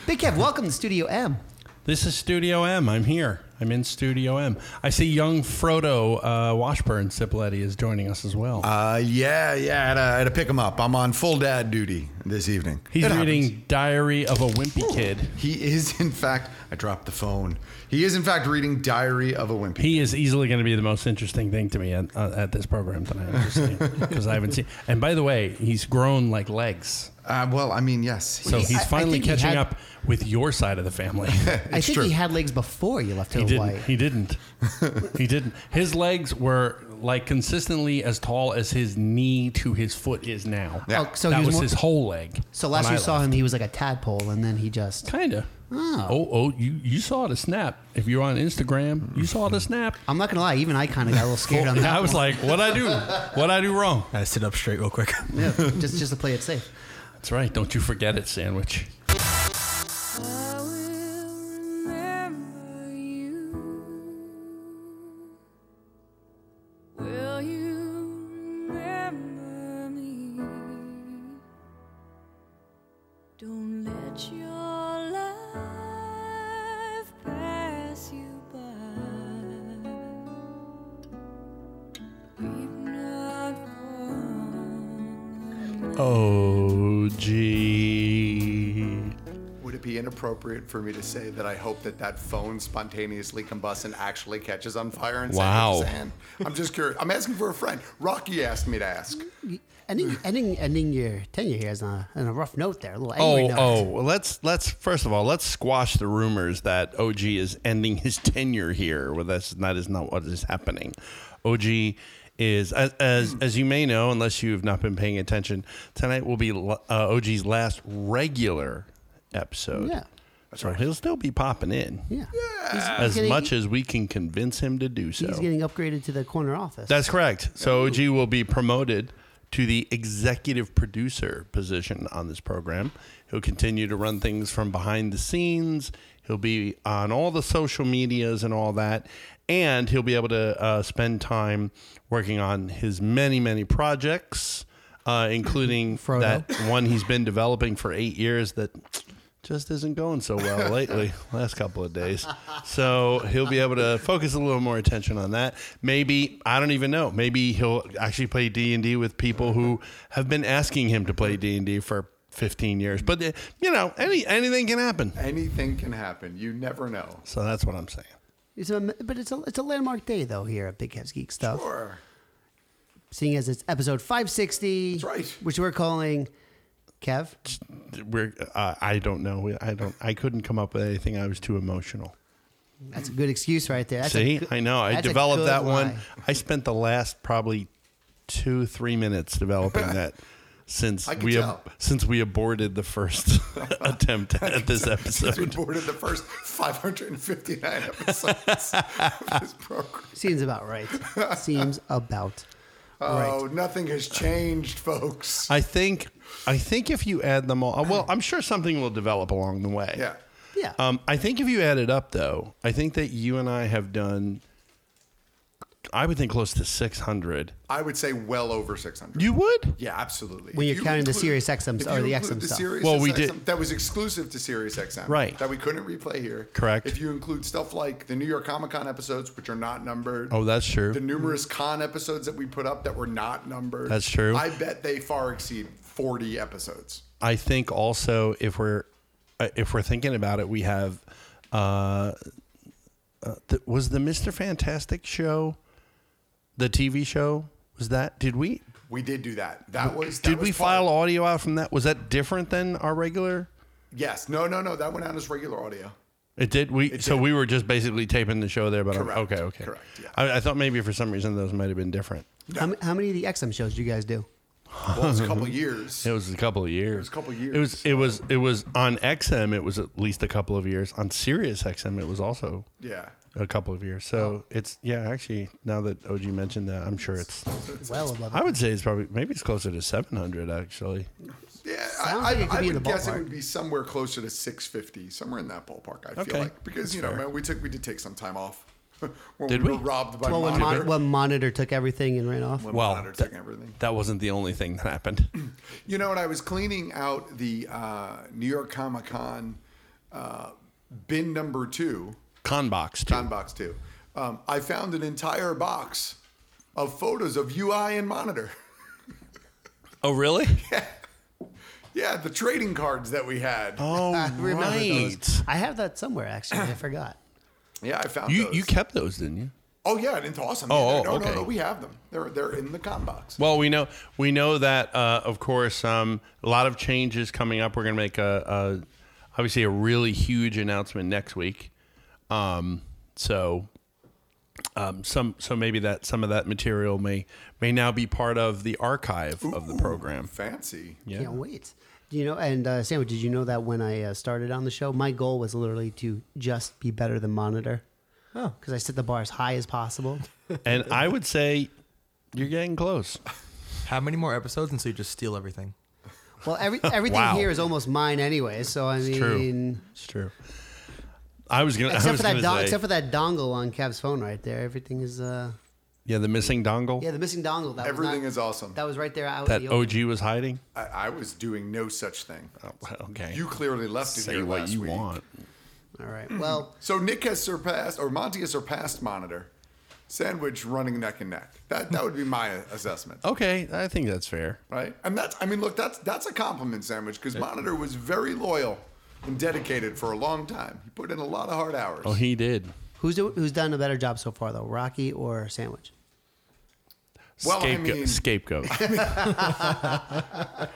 Big Kev, welcome to Studio M. This is Studio M. I'm here. I'm in Studio M. I see young Frodo uh, Washburn Cipolletti is joining us as well. Uh, yeah, yeah. I had to, I had to pick him up. I'm on full dad duty this evening. He's It reading Diary of a Wimpy Kid. He is, in fact. I dropped the phone. He is, in fact, reading Diary of a Wimpy. He is easily going to be the most interesting thing to me at, uh, at this program tonight because I haven't seen. And by the way, he's grown like legs. Uh, well, I mean, yes. So He- Oh, I- he's I finally think he catching had- up with your side of the family. I think he had legs before you left to He Hawaii. didn't. He didn't. he didn't. His legs were like consistently as tall as his knee to his foot is now. Oh, so that he was was more- his whole leg. So last when you I saw him, he was like a tadpole, and then he just kinda. Oh. Oh, oh, you, you saw the snap. If you're on Instagram, you saw the snap. I'm not gonna lie, even I kind of got a little scared on that. I was one. like, what I do? What I do wrong? I sit up straight real quick. Yeah, just just to play it safe. That's right. Don't you forget it, sandwich. Will you remember me? Don't let your life pass you by. We've not Oh, gee. Would it be inappropriate for me to say that I hope that that phone spontaneously combusts and actually catches on fire in Wow. Sandra's hand? I'm just curious. I'm asking for a friend. Rocky asked me to ask. Ending, ending, ending your tenure here is on a, on a rough note there, a little angry Oh, note. oh, well, let's let's first of all let's squash the rumors that OG is ending his tenure here. Well, that's that is not what is happening. OG is as Hmm. as, as you may know, unless you have not been paying attention, tonight will be uh, OG's last regular episode. Yeah. so he'll still be popping in. Yeah. as much as we can convince him to do so. He's getting upgraded to the corner office. That's correct. So OG will be promoted to the executive producer position on this program. He'll continue to run things from behind the scenes. He'll be on all the social medias and all that. And he'll be able to uh, spend time working on his many, many projects, uh, including that one he's been developing for eight years that just isn't going so well lately, last couple of days. So he'll be able to focus a little more attention on that. Maybe I don't even know. Maybe he'll actually play D and D with people who have been asking him to play D and D for 15 years. But uh, you know, any anything can happen. Anything can happen. You never know. So that's what I'm saying. It's a, but it's a it's a landmark day though here at Big Kev's Geek Stuff. Sure. Seeing as it's episode 560, That's right. which we're calling Kev. We're uh, I don't know. I don't. I couldn't come up with anything. I was too emotional. That's a good excuse right there. That's a See, good- I know. I that's a developed good that lie. one. I spent the last probably two, three minutes developing that since I can we ab- tell. since we aborted the first attempt at this Since we episode. boarded the first 559 episodes of this program. Seems about right. Seems about Oh, nothing has changed, folks. I think I think if you add them all, well, I'm sure something will develop along the way. Yeah. Yeah. Uh, Um, I think if you add it up, though, I think that you and I have done, I would think close to 600. I would say well over 600. You would? Yeah, absolutely. When If you're counting the Sirius XMs if or you the include XM the stuff. Sirius Well, we XM did- That was exclusive to Sirius XM. Right. That we couldn't replay here. Correct. If you include stuff like the New York Comic Con episodes, which are not numbered. Oh, that's true. The numerous con episodes that we put up that were not numbered. That's true. I bet they far exceed 40 episodes. I think also if we're uh, if we're thinking about it, we have uh, uh, th- was the Mister Fantastic show the TV show was that did we We did do that. That was. That did was we part- file audio out from that was that different than our regular Yes. No, no, no. That went out as regular audio. It did. We It so did. we were just basically taping the show there, but I'm, Correct. okay, okay, Correct, yeah. I, I thought maybe for some reason those might have been different. How, m- how many of the XM shows do you guys do? Well, it was a couple of years. It was a couple of years. It was a couple of It was it was it was on XM. It was at least a couple of years on Sirius XM. It was also Yeah. a couple of years. Oh. So it's yeah. Actually, now that OG mentioned that, I'm sure it's Well above I would say it's probably maybe it's closer to 700 actually. Yeah, Sounds I, like it could I, be I in would the guess it ballpark. would be somewhere closer to 650, somewhere in that ballpark. I Okay. feel like because That's you know, fair. man, we took we did take some time off. when Did we, we? were robbed by Well, when, monitor. mon- when monitor took everything and ran off. Well, that, that wasn't the only thing that happened. You know what? I was cleaning out the uh, New York Comic Con uh, bin number two, Conbox two. Conbox two. Um, I found an entire box of photos of UI and monitor. Oh, really? Yeah, the trading cards that we had. Oh, I remember those. I have that somewhere actually. I forgot. Yeah, I found You those. you kept those, didn't you? oh yeah, I didn't toss them. Oh, Yeah, oh, no, okay. no, no, we have them. They're they're in the Conbox. Well, we know we know that uh, of course um, a lot of changes coming up. We're going to make a, a obviously a really huge announcement next week. Um, so um, some so maybe that some of that material may may now be part of the archive of the program. Fancy. Yeah. Can't wait. You know, and uh, Sam, did you know that when I uh, started on the show, my goal was literally to just be better than monitor. Oh, because I set the bar as high as possible. and I would say you're getting close. How many more episodes until you just steal everything? Well, every, everything Wow. here is almost mine anyway. So I It's true. mean, It's true. I was going except for that don- to except for that dongle on Kev's phone right there, everything is. Uh, yeah, the missing dongle yeah, the missing dongle. That was Everything not, is awesome. That was right there out in that the open. OG was hiding. I, I was doing no such thing. Oh, okay. You clearly left it Say here what last you week. want. All right. Well, So Nick has surpassed, or Monty has surpassed Monitor. Sandwich running neck and neck. That that would be my assessment, Okay, I think that's fair. right? And that's, I mean, look, that's that's a compliment, Sandwich, because Monitor was very loyal and dedicated for a long time. He put in a lot of hard hours. Oh, he did. who's do- who's done a better job so far though, Rocky or Sandwich? Well, I Scapegoat. mean- scapegoat.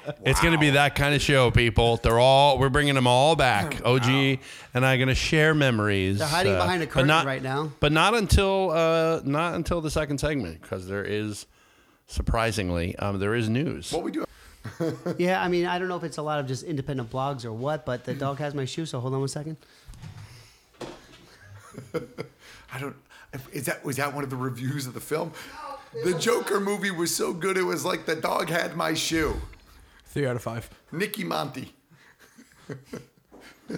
It's going to be that kind of show, people. They're all we're bringing them all back. OG and I going to share memories. They're hiding uh, behind a but curtain not- right now. but not until uh, not until the second segment because there is surprisingly um, there is news. What we do? yeah, I mean, I don't know if it's a lot of just independent blogs or what, but the dog has my shoe. So hold on one second. I don't. Is that was that one of the reviews of the film? The Joker movie was so good it was like the dog had my shoe. Three out of five. Nicky Monty.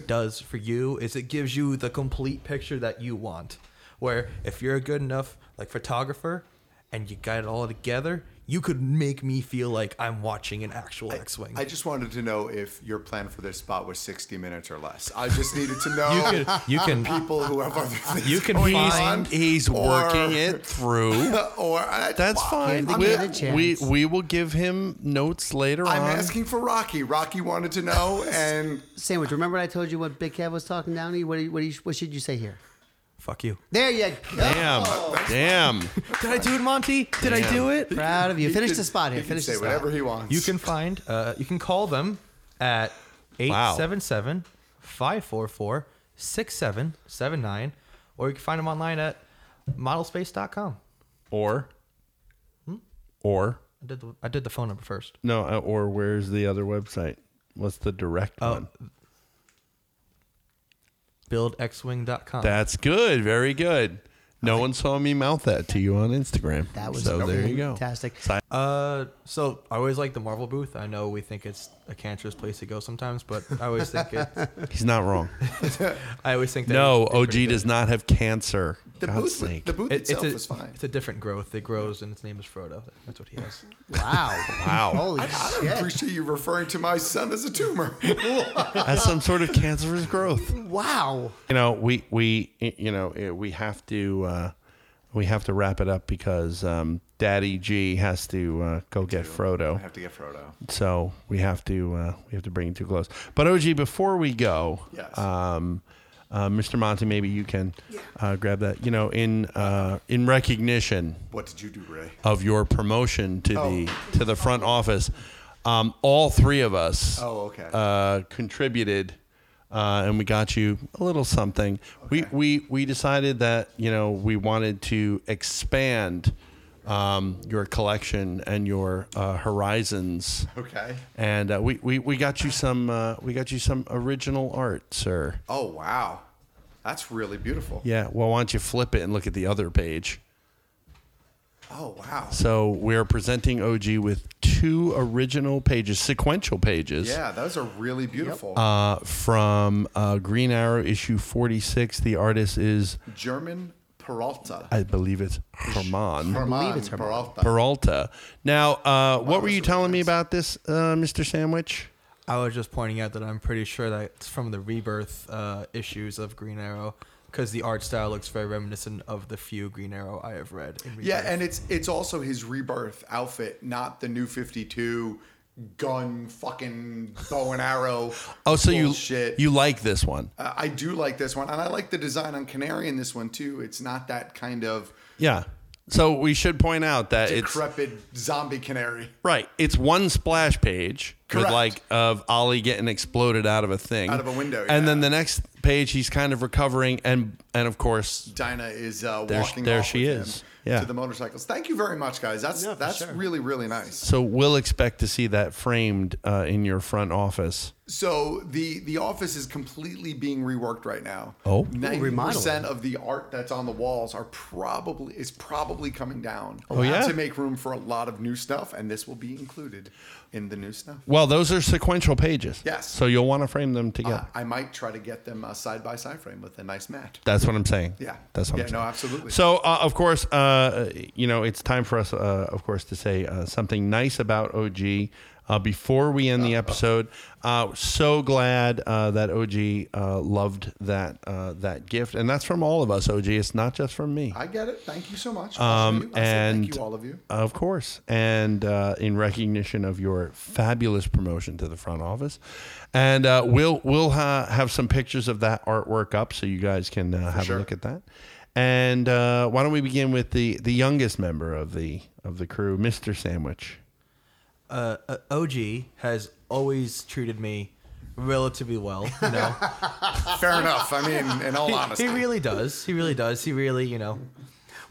does for you is it gives you the complete picture that you want. Where if you're a good enough like photographer and you got it all together, you could make me feel like I'm watching an actual X-wing. I just wanted to know if your plan for this spot was 60 minutes or less. I just needed to know You can- you can- people who have other things You can going he's, on, he's or- working it through. or I- That's well, fine. I'm, We, I'm we we will give him notes later on. asking for Rocky. Rocky wanted to know, and Sandwich, remember I told you what Big Kev was talking down to you? What, do you- what, do you, what should you say here? Fuck you. There you go. Damn. Damn. Did I do it, Monty? Did I do it? Proud of you. He Finish can- the spot he here. can Finish say the spot. whatever he wants. You can find uh, you can call them at 877 544 6779 or you can find them online at modelspace.com. Or. Or. I did the, I did the phone number first. No, uh, or where's the other website? What's the direct Oh, one? buildxwing.com. That's good. Very good. No one saw me mouth that to you on Instagram. That was so there you go. fantastic. Si- Uh, so I always like the Marvel booth. I know we think it's a cancerous place to go sometimes, but I always think it. He's not wrong. I always think that no, it's- it's OG pretty good. does not have cancer. The God's booth, sake. the booth It- itself it's a, was fine. It's a different growth. It grows, and its name is Frodo. That's what he has. Wow. Wow. Holy I don't shit. appreciate you referring to my son as a tumor. That's some sort of cancerous growth. Wow. You know, we we you know eh, we have to uh, we have to wrap it up because um, Daddy G has to uh, go get Frodo. I have to get Frodo. so we have to uh, we have to bring it too close. But OG, before we go, Yes. um, uh, Mr. Monty, maybe you can uh, grab that. You know, in uh, in recognition What did you do, Ray? of your promotion to Oh. the to the front office, um, all three of us Oh, okay. uh, contributed uh, and we got you a little something. We, we we decided that you know we wanted to expand um, your collection and your uh, horizons. Okay. And uh, we, we we got you some uh, we got you some original art, sir. Oh wow, that's really beautiful. Yeah. Well, why don't you flip it and look at the other page? Oh wow. So we're presenting OG with two original pages, sequential pages. Yeah, those are really beautiful. Uh, from uh, Green Arrow issue 46. The artist is, German Peralta. I believe it's Herman. Herman I believe it's Herman. Peralta. Peralta. Now, uh, what were you telling me about this, uh, Mr. Sandwich? I was just pointing out that I'm pretty sure that it's from the rebirth uh, issues of Green Arrow because the art style looks very reminiscent of the few Green Arrow I have read. in Yeah, Rebirth. and it's it's also his rebirth outfit, not the new Fifty Two gun fucking bow and arrow. Oh, so bullshit. you you like this one? Uh, I do like this one, and I like the design on Canary in this one too. It's not that kind of Yeah. So we should point out that it's decrepit zombie canary. Right. It's one splash page Correct. with like of Ollie getting exploded out of a thing. Out of a window, And then the next page he's kind of recovering and and of course Dinah is uh, There- walking there off she with is. him Yeah. to the motorcycles. Thank you very much, guys. That's that's really really nice. so we'll expect to see that framed uh, in your front office. So the the office is completely being reworked right now. Oh. ninety Remodeling. percent of the art that's on the walls are probably is probably coming down. Oh, yeah? to make room for a lot of new stuff, and this will be included in the new stuff. Well, those are sequential pages. Yes. So you'll want to frame them together. Uh, I might try to get them uh, side by side frame with a nice mat. That's what I'm saying. Yeah. That's what yeah, I'm saying. no, absolutely. So, uh, of course, uh, you know, it's time for us, uh, of course, to say uh, something nice about OG uh, before we end Uh-huh. the episode. Uh, so glad uh, that OG uh, loved that uh, that gift, and that's from all of us. OG, it's not just from me. I get it. Thank you so much. Um, I say and thank you all of you. Of course. And uh, in recognition of your fabulous promotion to the front office. And uh, we'll we'll ha- have some pictures of that artwork up so you guys can uh, have sure. a look at that. And uh, why don't we begin with the the youngest member of the of the crew, Mr. Sandwich. uh, uh, OG has always treated me relatively well. You know, Fair enough. I mean, in all He- honesty, he really does. He really does. He really, you know,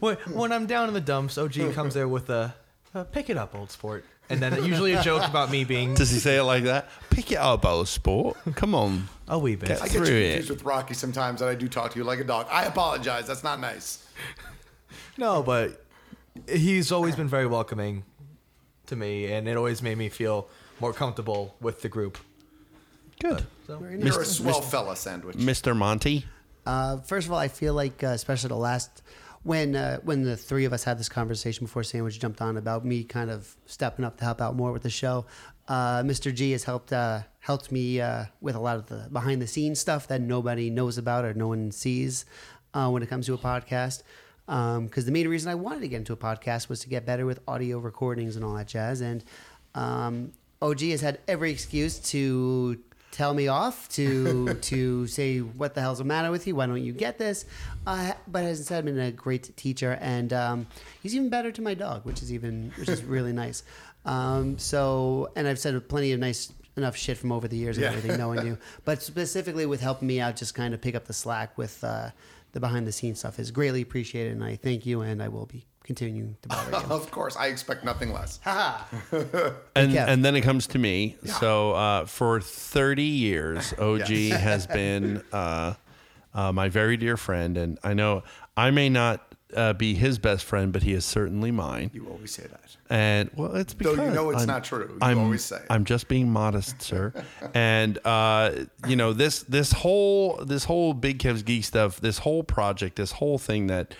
when when I'm down in the dumps, OG comes there with a uh, pick it up, old sport, and then usually a joke about me being. Does he say it like that? Pick it up, old sport. Come on. A wee bit. Get I get you through confused it. with Rocky sometimes, and I do talk to you like a dog. I apologize. That's not nice. No, but he's always been very welcoming to me, and it always made me feel more comfortable with the group. Good. So, You're a swell fella, sandwich. Mr. Monty. Uh, first of all, I feel like, uh, especially the last, when uh, when the three of us had this conversation before Sandwich jumped on about me kind of stepping up to help out more with the show, uh, Mr. G has helped uh, helped me uh, with a lot of the behind the scenes stuff that nobody knows about or no one sees uh, when it comes to a podcast. Because the main reason I wanted to get into a podcast was to get better with audio recordings and all that jazz. And um, OG has had every excuse to tell me off, to to say what the hell's the matter with you? Why don't you get this? Uh, but has instead been a great teacher, and um, he's even better to my dog, which is even which is really nice. Um, so, and I've said plenty of nice enough shit from over the years and Yeah. everything, knowing you, but specifically with helping me out, just kind of pick up the slack with. Uh, the behind the scenes stuff is greatly appreciated, and I thank you, and I will be continuing to bother you. of course, I expect nothing less. and Kev. and then it comes to me. So uh, for thirty years, OG Yes. has been uh, uh, my very dear friend, and I know I may not uh, be his best friend, but he is certainly mine. You always say that. And well, it's Though because you know it's I'm- not true. You I'm, always say it. I'm just being modest, sir. and uh, you know this this whole this whole Big Kev's Geek stuff, this whole project, this whole thing that.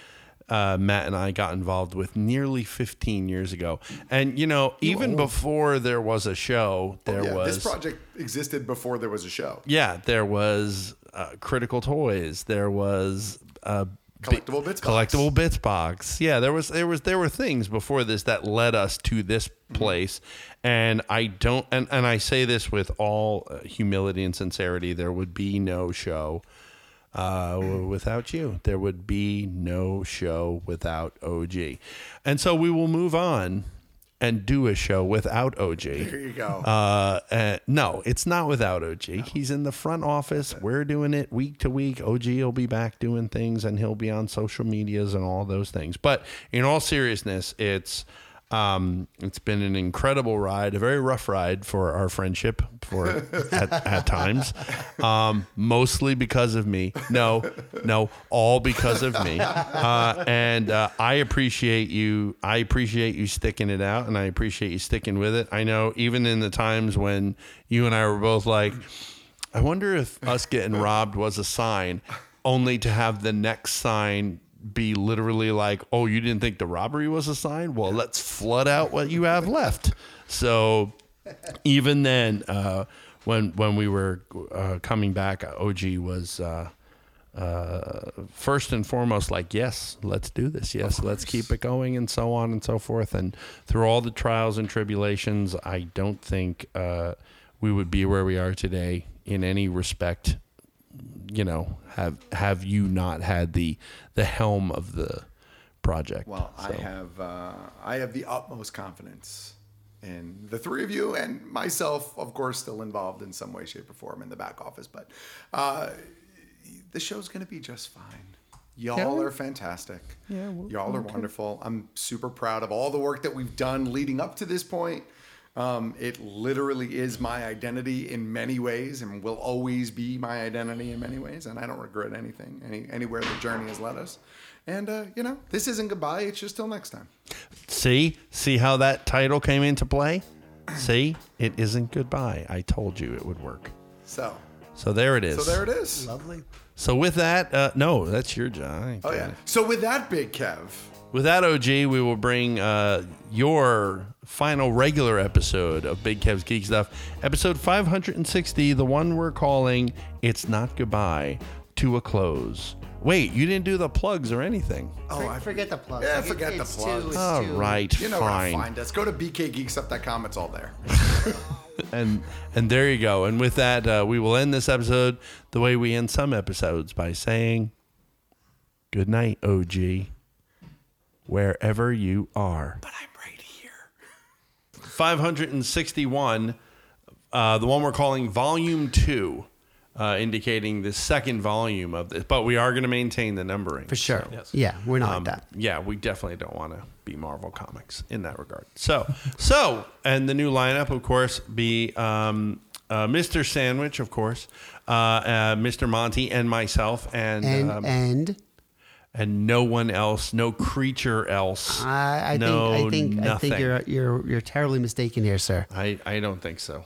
Uh, Matt and I got involved with nearly 15 years ago, and you know, even before there was a show, there Oh, yeah, was this project existed before there was a show. yeah, there was uh, Critical Toys. There was uh, Collectible Bits Box. Collectible Bits Box. Yeah, there was there was there were things before this that led us to this Mm-hmm. place, and I don't and and I say this with all uh, humility and sincerity. There would be no show. Uh, w- without you, there would be no show without OG. And so we will move on and do a show without OJ. There you go. Uh, uh, no, it's not without OG. He's in the front office. We're doing it week to week. OG will be back doing things, and he'll be on social medias and all those things. But in all seriousness, it's um, it's been an incredible ride, a very rough ride for our friendship for at, at times, um, mostly because of me. No, no, all because of me. Uh, and uh, I appreciate you. I appreciate you sticking it out, and I appreciate you sticking with it. I know even in the times when you and I were both like, I wonder if us getting robbed was a sign, only to have the next sign be literally like, oh, you didn't think the robbery was a sign? Well, let's flood out what you have left. So even then, uh, when when we were uh, coming back, OG was. Uh, uh, first and foremost, like, yes, let's do this. Yes, let's keep it going and so on and so forth. And through all the trials and tribulations, I don't think uh, we would be where we are today in any respect. You know, have have you not had the the helm of the project? Well, I So- have uh, I have the utmost confidence in the three of you and myself, of course, still involved in some way, shape, or form in the back office. But uh, the show's going to be just fine. Y'all Yeah. are fantastic. Yeah, well, y'all are okay. wonderful. I'm super proud of all the work that we've done leading up to this point. Um, it literally is my identity in many ways, and will always be my identity in many ways. And I don't regret anything, any anywhere the journey has led us. And uh, you know, this isn't goodbye. It's just till next time. See, see how that title came into play. See, it isn't goodbye. I told you it would work. So, So there it so is. there it is. Lovely. So with that, uh, no, that's your job. I ain't Oh doing yeah. it. So with that, big Kev. With that, OG, we will bring uh, your final regular episode of Big Kev's Geek Stuff, episode 560, the one we're calling "It's Not Goodbye," to a close. Wait, you didn't do the plugs or anything. Oh, I forget the plug. Yeah, Like, it- forget the it's too- plug. it's All too- right, You know fine. where to find us. Go to bkgeekstuff.com. It's all there. and and there you go. And with that, uh, we will end this episode the way we end some episodes by saying, "Good night, OG, wherever you are." But I'm right here. Five hundred and sixty-one, uh, the one we're calling Volume Two, uh, indicating the second volume of this. But we are going to maintain the numbering For sure. so- Yeah, we're not um, like that. Yeah, we definitely don't want to be Marvel Comics in that regard. So, so and the new lineup, of course, be um, uh, Mr. Sandwich, of course, uh, uh, Mr. Monty, and myself, and And um, and and no one else, no creature else. I, I think no I think I nothing. think you're you're you're terribly mistaken here, sir. I, I don't think so.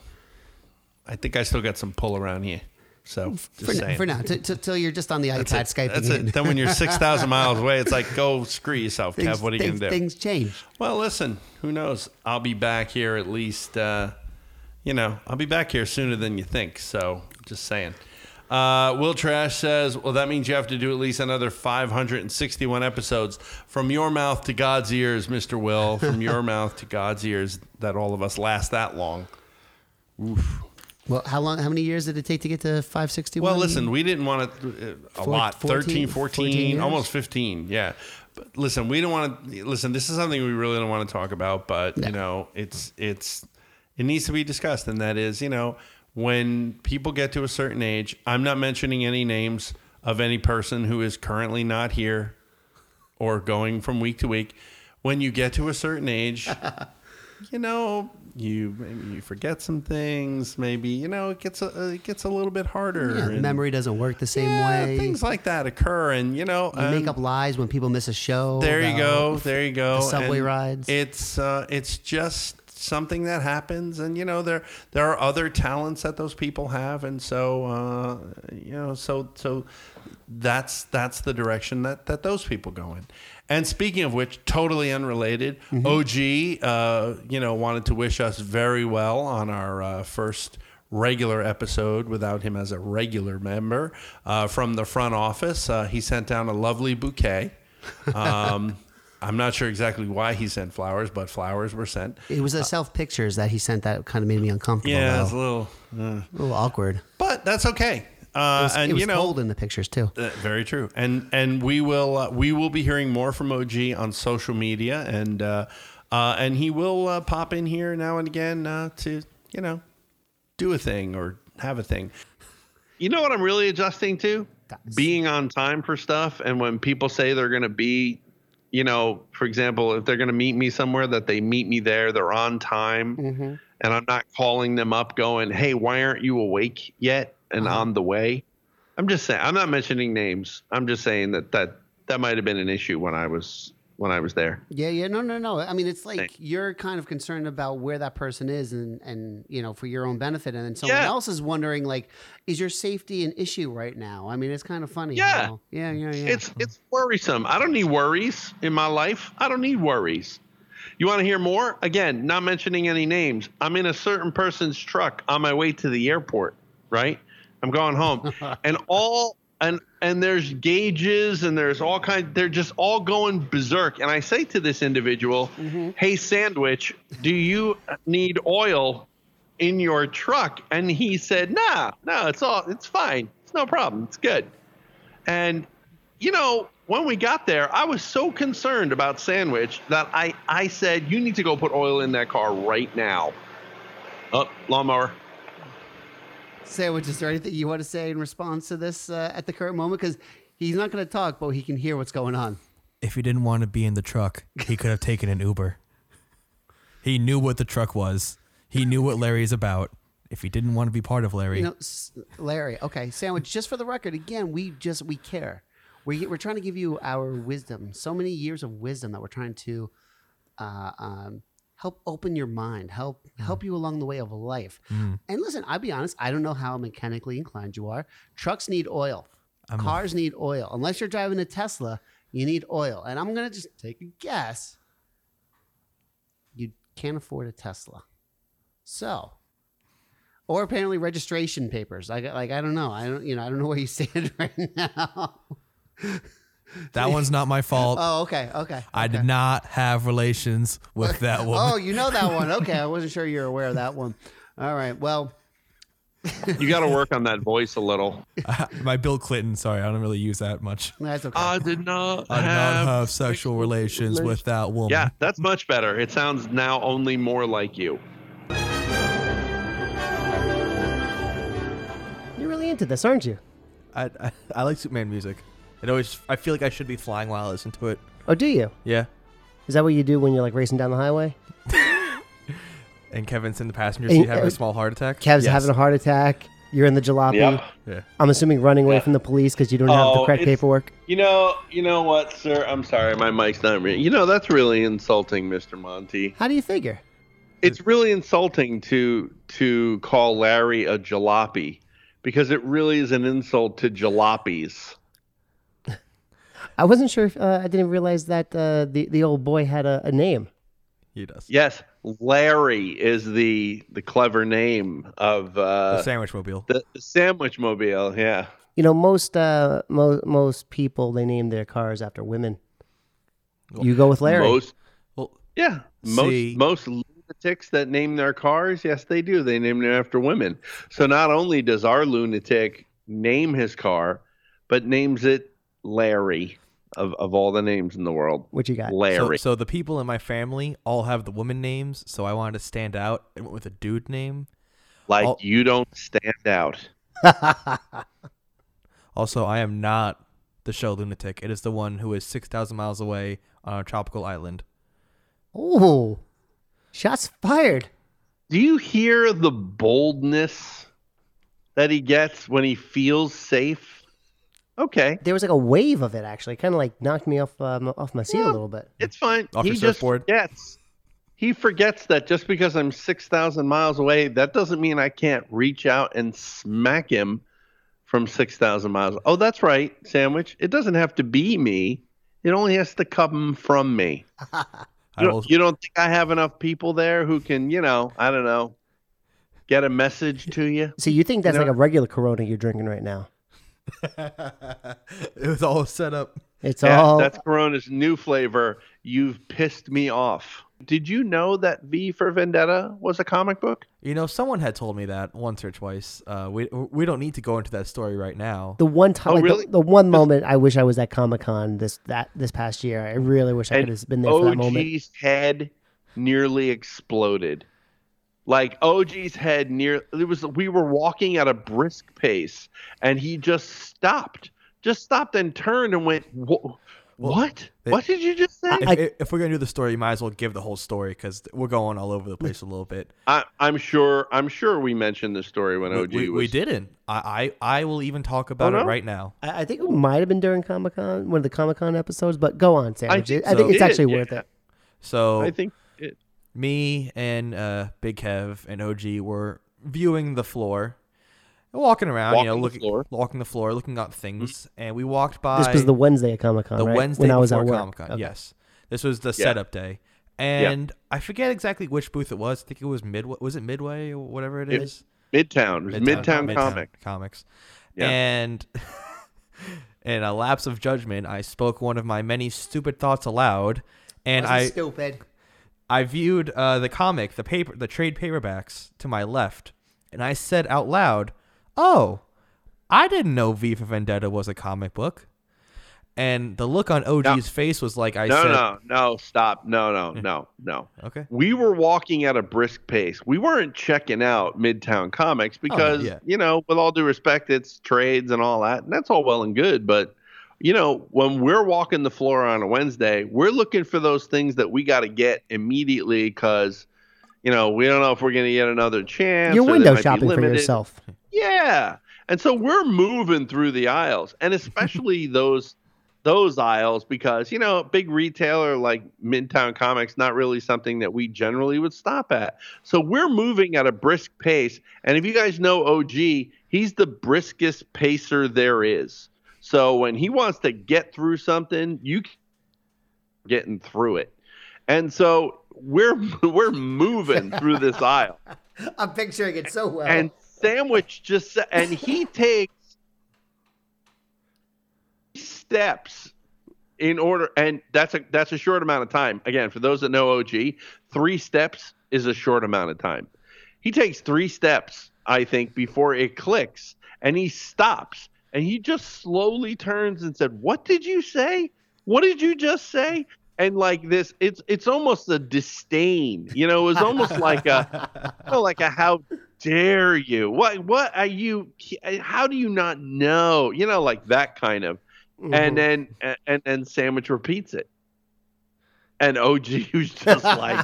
I think I still got some pull around here. So For, just n- saying. for now, t- t- till you're just on the iPad That's it. Skyping. That's in. it. Then when you're six thousand miles away, it's like go screw yourself, Things- Kev. What are you things- gonna do? Things change. Well, listen, who knows? I'll be back here at least, uh, you know, I'll be back here sooner than you think. So just saying. Uh, Will Trash says, well, that means you have to do at least another 561 episodes from your mouth to God's ears, Mr. Will, from your mouth to God's ears, that all of us last that long. Oof. Well, how long? How many years did it take to get to 561? Well, listen, we didn't want to uh, a Four- lot 14, 13, 14, 14 years? almost 15. Yeah. But listen, we don't want to listen, this is something we really don't want to talk about, but you know, it's it's it needs to be discussed and that is, you know, when people get to a certain age, I'm not mentioning any names of any person who is currently not here or going from week to week. When you get to a certain age, you know, you maybe you forget some things. Maybe you know it gets a it gets a little bit harder. Yeah, and- memory doesn't work the same yeah, way. Things like that occur, and you know, you make and up lies when people miss a show. There you about go. There you go. The subway and rides. It's uh, it's just something that happens, and you know there there are other talents that those people have, and so uh, you know so so that's that's the direction that that those people go in. And speaking of which, totally unrelated, Mm-hmm. OG, uh, you know, wanted to wish us very well on our uh, first regular episode without him as a regular member uh, from the front office. Uh, he sent down a lovely bouquet. Um, I'm not sure exactly why he sent flowers, but flowers were sent. It was the self pictures that he sent that kind of made me uncomfortable. Uh, Yeah, it's a though. little, uh, a little awkward. but that's okay. Uh, it was, and it was you know, cold in the pictures too. Uh, very true. And and we will uh, we will be hearing more from OG on social media and uh, Uh, and he will uh, pop in here now and again uh, to, you know, do a thing or have a thing. You know what I'm really adjusting to? Being on time for stuff. And when people say they're going to be, you know, for example, if they're going to meet me somewhere, that they meet me there, they're on time. And I'm not calling them up going, hey, why aren't you awake yet and on the way? I'm just saying, I'm not mentioning names. I'm just saying that that, that might have been an issue when I was when I was there. Yeah, yeah, no, no, no. I mean, it's like you're kind of concerned about where that person is, and and you know, for your own benefit, and then someone Yeah. else is wondering, like, is your safety an issue right now? I mean, it's kind of funny. Yeah. how- yeah, yeah, yeah. It's it's worrisome. I don't need worries in my life. I don't need worries. You want to hear more? Again, not mentioning any names. I'm in a certain person's truck on my way to the airport, right? I'm going home. and all and and there's gauges and there's all kind they're just all going berserk. And I say to this individual, "Hey sandwich, do you need oil in your truck?" And he said, "Nah, no, it's all it's fine. It's no problem. It's good." And you know, when we got there, I was so concerned about sandwich that I I said, "You need to go put oil in that car right now." Up, lawnmower. Sandwich, is there anything you want to say in response to this uh, at the current moment? Because he's not going to talk, but he can hear what's going on. If he didn't want to be in the truck, he could have taken an Uber. He knew what the truck was. He knew what Larry's about. If he didn't want to be part of Larry, You know, s- Larry. Okay, sandwich. Just for the record, again, we just we care. We we're trying to give you our wisdom. So many years of wisdom that we're trying to uh, um, help open your mind, help help you along the way of life. Mm. And listen, I'll be honest. I don't know how mechanically inclined you are. Trucks need oil. Cars need oil. Unless you're driving a Tesla, you need oil. And I'm gonna just take a guess. You can't afford a Tesla, so or apparently registration papers. I got- like I don't know. I don't you know I don't know where you stand right now. that one's not my fault. Oh, okay, okay. I did not have relations with that woman. Oh, you know that one. Okay, I wasn't sure you were aware of that one. All right. Well, You got to work on that voice a little. my Bill Clinton. Sorry, I don't really use that much. that's okay. Uh, I did not. I did not have sexual relations with that woman. Yeah, that's much better. It sounds now only more like you. You're really into this, aren't you? I, I I like Superman music. It always I feel like I should be flying while I listen to it. Oh, do you? Yeah. Is that what you do when you're like racing down the highway? And Kevin's in the passenger seat And- having uh, a small heart attack. Kev's having a heart attack. You're in the jalopy. Yep. Yeah. I'm assuming running away from the police because you don't have the Oh, correct it's- paperwork. You know, you know what, sir? I'm sorry, my mic's not. Re- you know, that's really insulting, Mr. Monty. How do you figure? It's really insulting to to call Larry a jalopy because it really is an insult to jalopies. I wasn't sure. if uh, I didn't realize that uh, the the old boy had a, a name. He does. Yes, Larry is the the clever name of uh, The sandwich mobile. The, the sandwich mobile, yeah. You know, most uh, mo- most people they name their cars after women. You go with Larry. Most, yeah, most See- most lunatics that name their cars, yes, they do. They name them after women. So not only does our lunatic name his car, but names it Larry of of all the names in the world. What you got? So, Larry. so the people in my family all have the woman names, so I wanted to stand out and went with a dude name. like you don't stand out. Also, I am not the show lunatic. It is the one who is six thousand miles away on a tropical island. Oh, shots fired. Do you hear the boldness that he gets when he feels safe? Okay. There was like a wave of it actually, kind of like knocked me off um, off my seat a little bit. It's fine. Off he your just surfboard. forgets. He forgets that just because I'm 6,000 miles away, that doesn't mean I can't reach out and smack him from 6,000 miles. Oh, that's right, Sandwich. It doesn't have to be me. It only has to come from me. I You will- don't, you don't think I have enough people there who can, you know, I don't know, get a message to you? So you think that's know- like a regular Corona you're drinking right now? It was all set up. It's Yeah, all that's Corona's new flavor. You've pissed me off. Did you know that V for Vendetta was a comic book? You know, someone had told me that once or twice. Uh, we we don't need to go into that story right now. the one time. Oh, like, the- really? the, one moment I wish I was at Comic Con this that this past year. I really wish I could have been there for that moment. OG's head nearly exploded. Like OG's head near it was we were walking at a brisk pace and he just stopped. Just stopped and turned and went, "Wha- "What? They- what did you just say?" If, if- if we're gonna do the story, you might as well give the whole story because we're going all over the place a little bit. I, I'm sure. I'm sure we mentioned this story when We- OG we, was. we didn't. I, I I will even talk about Oh, it no? right now. I, I think it might have been during Comic Con, one of the Comic Con episodes, but go on, Sam. I, think I think so. it's actually Yeah. worth it. So I think it- me and uh, Big Kev and OG were viewing the floor, walking around, you know, Walking the Hmm? looking, walking the floor, looking at things, and we walked by. This was the Wednesday at Comic Con, The right? Wednesday when I was at before work. Comic Con. Okay. Yes, this was the Yeah. setup day, and I forget exactly which booth it was. I think it was Midway. Was it Midway or whatever it It- is? Midtown. It was Midtown Comic. Comics. Yeah. And in a lapse of judgment, I spoke one of my many stupid thoughts aloud, and Wasn't I stupid. I viewed uh, the comic, the paper, the trade paperbacks to my left, and I said out loud, "Oh, I didn't know V for Vendetta was a comic book." And the look on OG's face was like, "I no, said, no, no, stop. No, no, no, no. Okay. We were walking at a brisk pace. We weren't checking out Midtown Oh, Comics because, yeah. you know, with all due respect, it's trades and all that. And that's all well and good. But, you know, when we're walking the floor on a Wednesday, we're looking for those things that we got to get immediately because, you know, we don't know if we're going to get another chance. You're or they window might be shopping for limited. yourself. Yeah. And so we're moving through the aisles and especially those those aisles because you know, big retailer like Midtown Comics not really something that we generally would stop at. So we're moving at a brisk pace and if you guys know OG, he's the briskest pacer there is. So when he wants to get through something, you c- getting through it. And so we're we're moving through this aisle I'm picturing it so well. and sandwich just sa- and he takes steps in order and that's a that's a short amount of time again for those that know og three steps is a short amount of time he takes three steps i think before it clicks and he stops and he just slowly turns and said what did you say what did you just say and like this it's it's almost a disdain you know it was almost like a you know, like a how dare you what what are you how do you not know you know like that kind of Mm-hmm. Mhm. and then and, and then sandwich repeats it and og was just like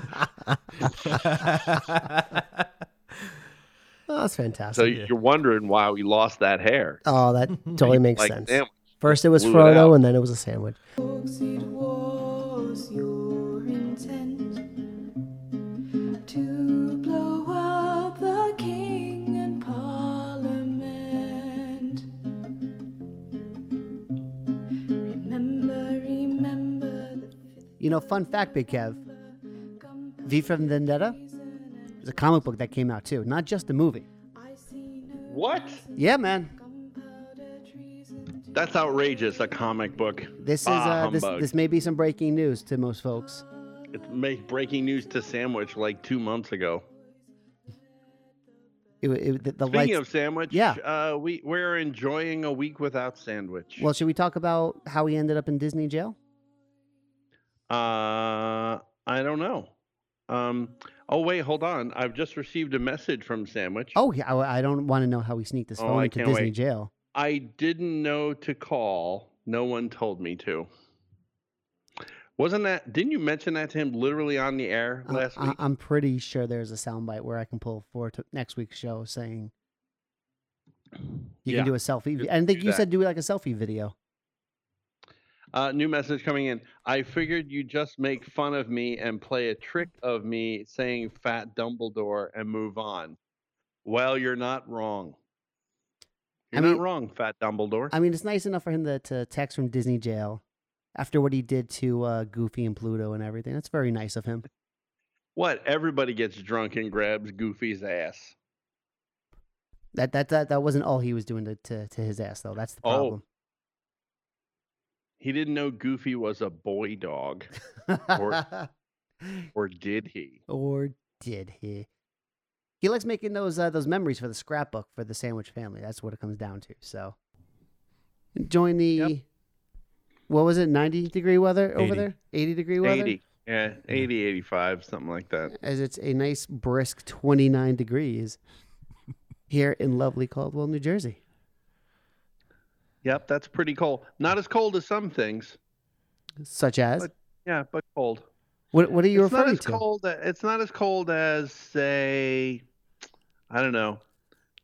Oh, that's fantastic. so you're wondering why we lost that hair oh, that totally makes Like, sense. damn, First it was blew it out. Frodo, and then it was a sandwich. Folks, it was your intent to blow up the king and parliament. Remember, remember the You know, fun fact, Big Kev. V for Vendetta is a comic book that came out too, not just the movie. what Yeah, man. that's outrageous a comic book This is Bah, uh, this, Ah, humbug. this may be some breaking news to most folks. It made breaking news to Sandwich like two months ago. It, it, the, the Speaking lights. of Sandwich, Yeah. uh, we we're enjoying a week without Sandwich. well, should we talk about how he ended up in Disney jail? Uh, I don't know. Um, oh wait, hold on. I've just received a message from Sandwich. Oh, yeah. I, I don't want to know how he sneaked his Oh, phone I into can't Disney wait. jail. I didn't know to call. No one told me to. Wasn't that? Didn't you mention that to him literally on the air I, last week? am pretty sure there's a soundbite where I can pull for to next week's show saying you Yeah. can do a selfie. vi- Just And I think do you that. said do like a selfie video. Uh, new message coming in. I figured you just make fun of me and play a trick of me saying fat Dumbledore and move on. Well, you're not wrong. I You're mean- not wrong, fat Dumbledore. I mean, it's nice enough for him to, to text from Disney jail after what he did to uh, Goofy and Pluto and everything. That's very nice of him. what? Everybody gets drunk and grabs Goofy's ass. That that that, that wasn't all he was doing to, to, to his ass though. That's the Oh. problem. He didn't know Goofy was a boy dog. or, or did he? Or did he? He likes making those uh, those memories for the scrapbook for the sandwich family. That's what it comes down to. So join the what was it? Ninety degree weather over 80. there? Eighty degree weather. 80. Yeah, 80, 85, something like that. as it's a nice brisk 29 degrees here in lovely Caldwell, New Jersey. Yep, that's pretty cold. Not as cold as some things. Such as But- Yeah, but cold. what? What are you it's not referring as to? cold. a- It's not as cold as say, I don't know,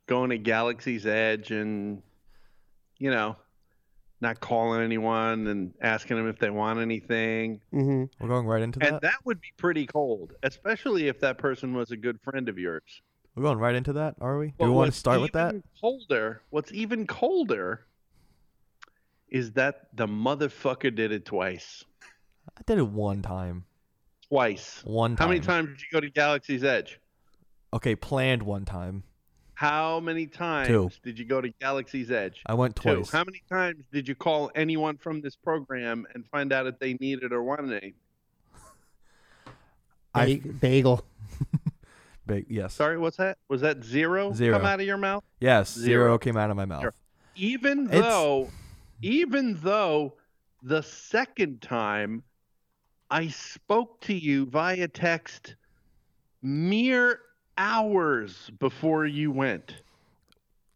going to Galaxy's Edge and, you know, not calling anyone and asking them if they want anything. Mm-hmm. We're going right into And that. that would be pretty cold, especially if that person was a good friend of yours. We're going right into that, are we? Do we But want to what's start with that? even Colder. What's even colder is that the motherfucker did it twice. I did it one time. Twice. One time. How many times did you go to Galaxy's Edge? Okay, planned one time. How many times Two. did you go to Galaxy's Edge? I went Two. twice. How many times did you call anyone from this program and find out if they needed or wanted anything? I- Ba- bagel. Big yes. Sorry, what's that? Was that zero, Zero. come out of your mouth? Yes, zero, came out of my mouth. Sure. Even It's- though, even though the second time I spoke to you via text mere hours before you went.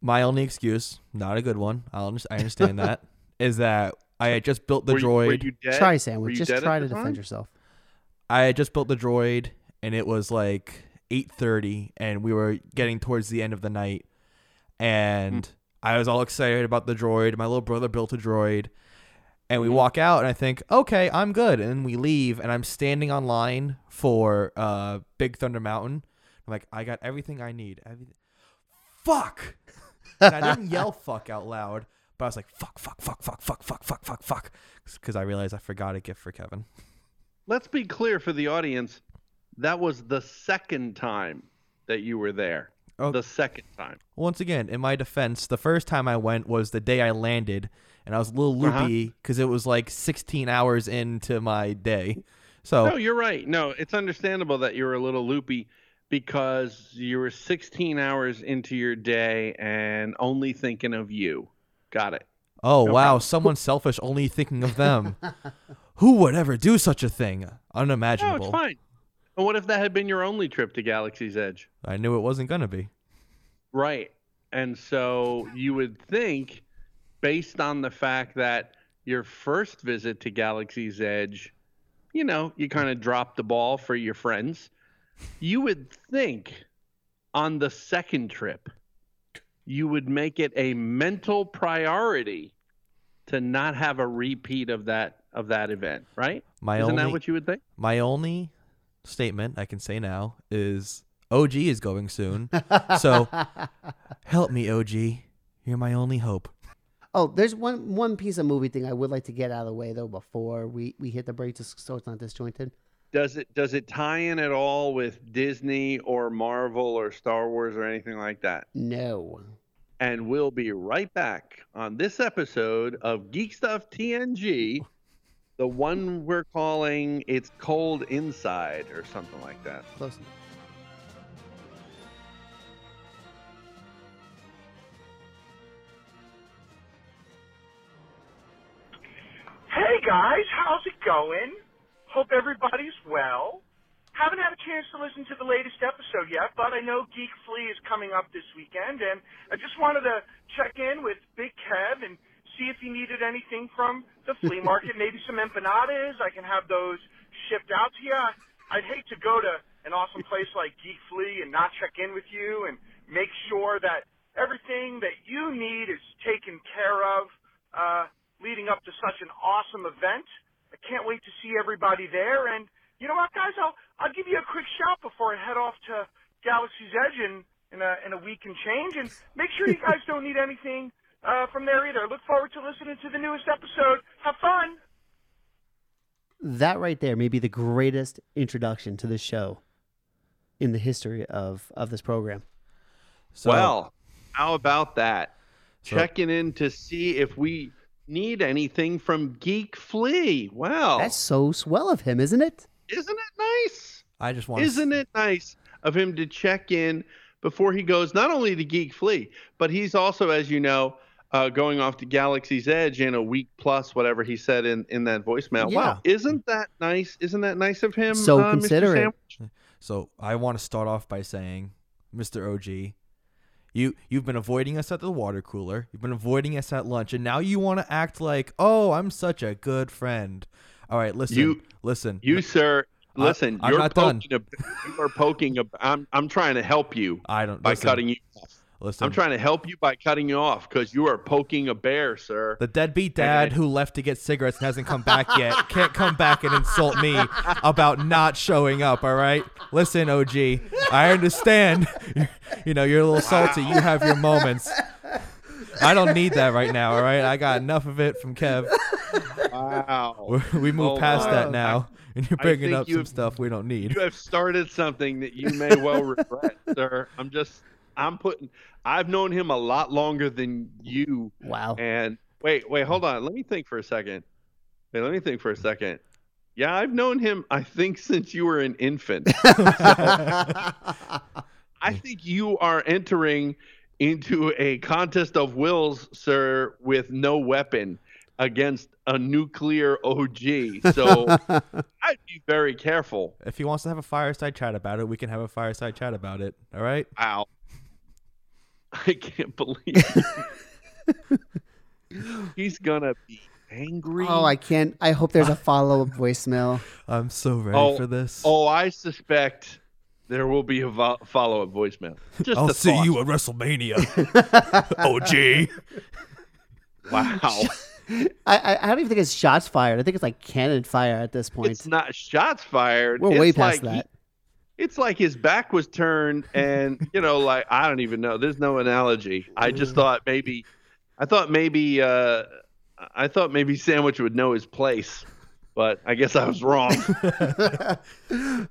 My only excuse, not a good one. I'll under- I understand that, is that I had just built the Were you- were droid. you dead? Try, Sam, Were you just dead at try the to defend time? yourself. I had just built the droid, and it was like eight thirty, and we were getting towards the end of the night, and I was all excited about the droid. My little brother built a droid, and we walk out, and I think, okay, I'm good, and we leave, and I'm standing online for uh, Big Thunder Mountain. I'm like, I got everything I need. Everything. Fuck. and I didn't yell fuck out loud, but I was like, fuck, fuck, fuck, fuck, fuck, fuck, fuck, fuck, fuck. Because I realized I forgot a gift for Kevin. Let's be clear for the audience. That was the second time that you were there. Oh. The second time. Once again, in my defense, the first time I went was the day I landed, and I was a little Uh-huh. loopy because it was like 16 hours into my day. So, No, you're right. No, it's understandable that you were a little loopy because you were 16 hours into your day and only thinking of you. Got it. oh wow, someone selfish only thinking of them. Who would ever do such a thing? No, Unimaginable. it's fine. And what if that had been your only trip to Galaxy's Edge? I knew it wasn't gonna be. Right. And so you would think, based on the fact that your first visit to Galaxy's Edge, you know, you kind of dropped the ball for your friends, you would think on the second trip, you would make it a mental priority to not have a repeat of that of that event, right? My Isn't that only- what you would think? My only statement I can say now is OG is going soon. so help me, OG. You're my only hope. Oh, there's one one piece of movie thing I would like to get out of the way though before we we hit the break, just so it's not disjointed. Does it does it tie in at all with Disney or Marvel or Star Wars or anything like that? No. And we'll be right back on this episode of Geek Stuff TNG, the one we're calling It's Cold Inside or something like that. Close. Hey guys, how's it going? Hope everybody's well. Haven't had a chance to listen to the latest episode yet, but I know Geek Flea is coming up this weekend, and I just wanted to check in with Big Kev and see if he needed anything from the flea market. Maybe some empanadas. I can have those shipped out to you. I'd hate to go to an awesome place like Geek Flea and not check in with you and make sure that everything that you need is taken care of. Uh, leading up to such an awesome event. I can't wait to see everybody there. And you know what, guys? I'll I'll give you a quick shout before I head off to Galaxy's Edge in in a, in a week and change. And make sure you guys don't need anything uh, from there either. Look forward to listening to the newest episode. Have fun. That right there may be the greatest introduction to this show in the history of of this program. well, how about that? Checking in to see if we need anything from Geek Flea. Wow. that's so swell of him, isn't it? Isn't it nice? I just want Isn't it nice of him to check in before he goes not only to Geek Flea, but he's also, as you know, uh, going off to Galaxy's Edge in a week plus, whatever he said in, in that voicemail. Wow, isn't that nice? Isn't that nice of him? So uh, Mr. considerate. Sam? So I want to start off by saying, Mr. OG, you you've been avoiding us at the water cooler. You've been avoiding us at lunch, and now you want to act like, oh, I'm such a good friend. All right, listen, You- listen, You, sir, I- listen, I'm you're not done. poking A, you are poking a, I'm, I'm trying to help you I don't by listen, cutting you off. Listen, I'm trying to help you by cutting you off because you are poking a bear, sir. The deadbeat dad who left to get cigarettes and hasn't come back yet can't come back and insult me about not showing up. All right, listen, OG, I understand. you know you're a little salty. You have your moments. I don't need that right now. All right, I got enough of it from Kev. Wow. We move Oh, past wow. that now, and you're I bringing think up you some have- stuff we don't need. You have started something that you may well regret, sir. I'm just, I'm putting, I've known him a lot longer than you. Wow. And wait, wait, hold on. Let me think for a second. Wait, let me think for a second. Yeah, I've known him, I think, since you were an infant. So, I think you are entering into a contest of wills, sir, with no weapon against a nuclear OG. So I'd be very careful. If he wants to have a fireside chat about it, we can have a fireside chat about it. All right. Wow. I can't believe he's gonna be angry. Oh, I can't. I hope there's a follow up voicemail. I'm so ready oh, Oh, I suspect there will be a vo- follow-up voicemail. Just I'll a see thought. you at WrestleMania. OG. Wow. I, I, I don't even think it's shots fired. I think it's like cannon fire at this point. It's not shots fired. We're it's way past like that. he- it's like his back was turned, and you know, like I don't even know. There's no analogy. I just thought maybe, I thought maybe, uh, I thought maybe Sandwich would know his place, but I guess I was wrong.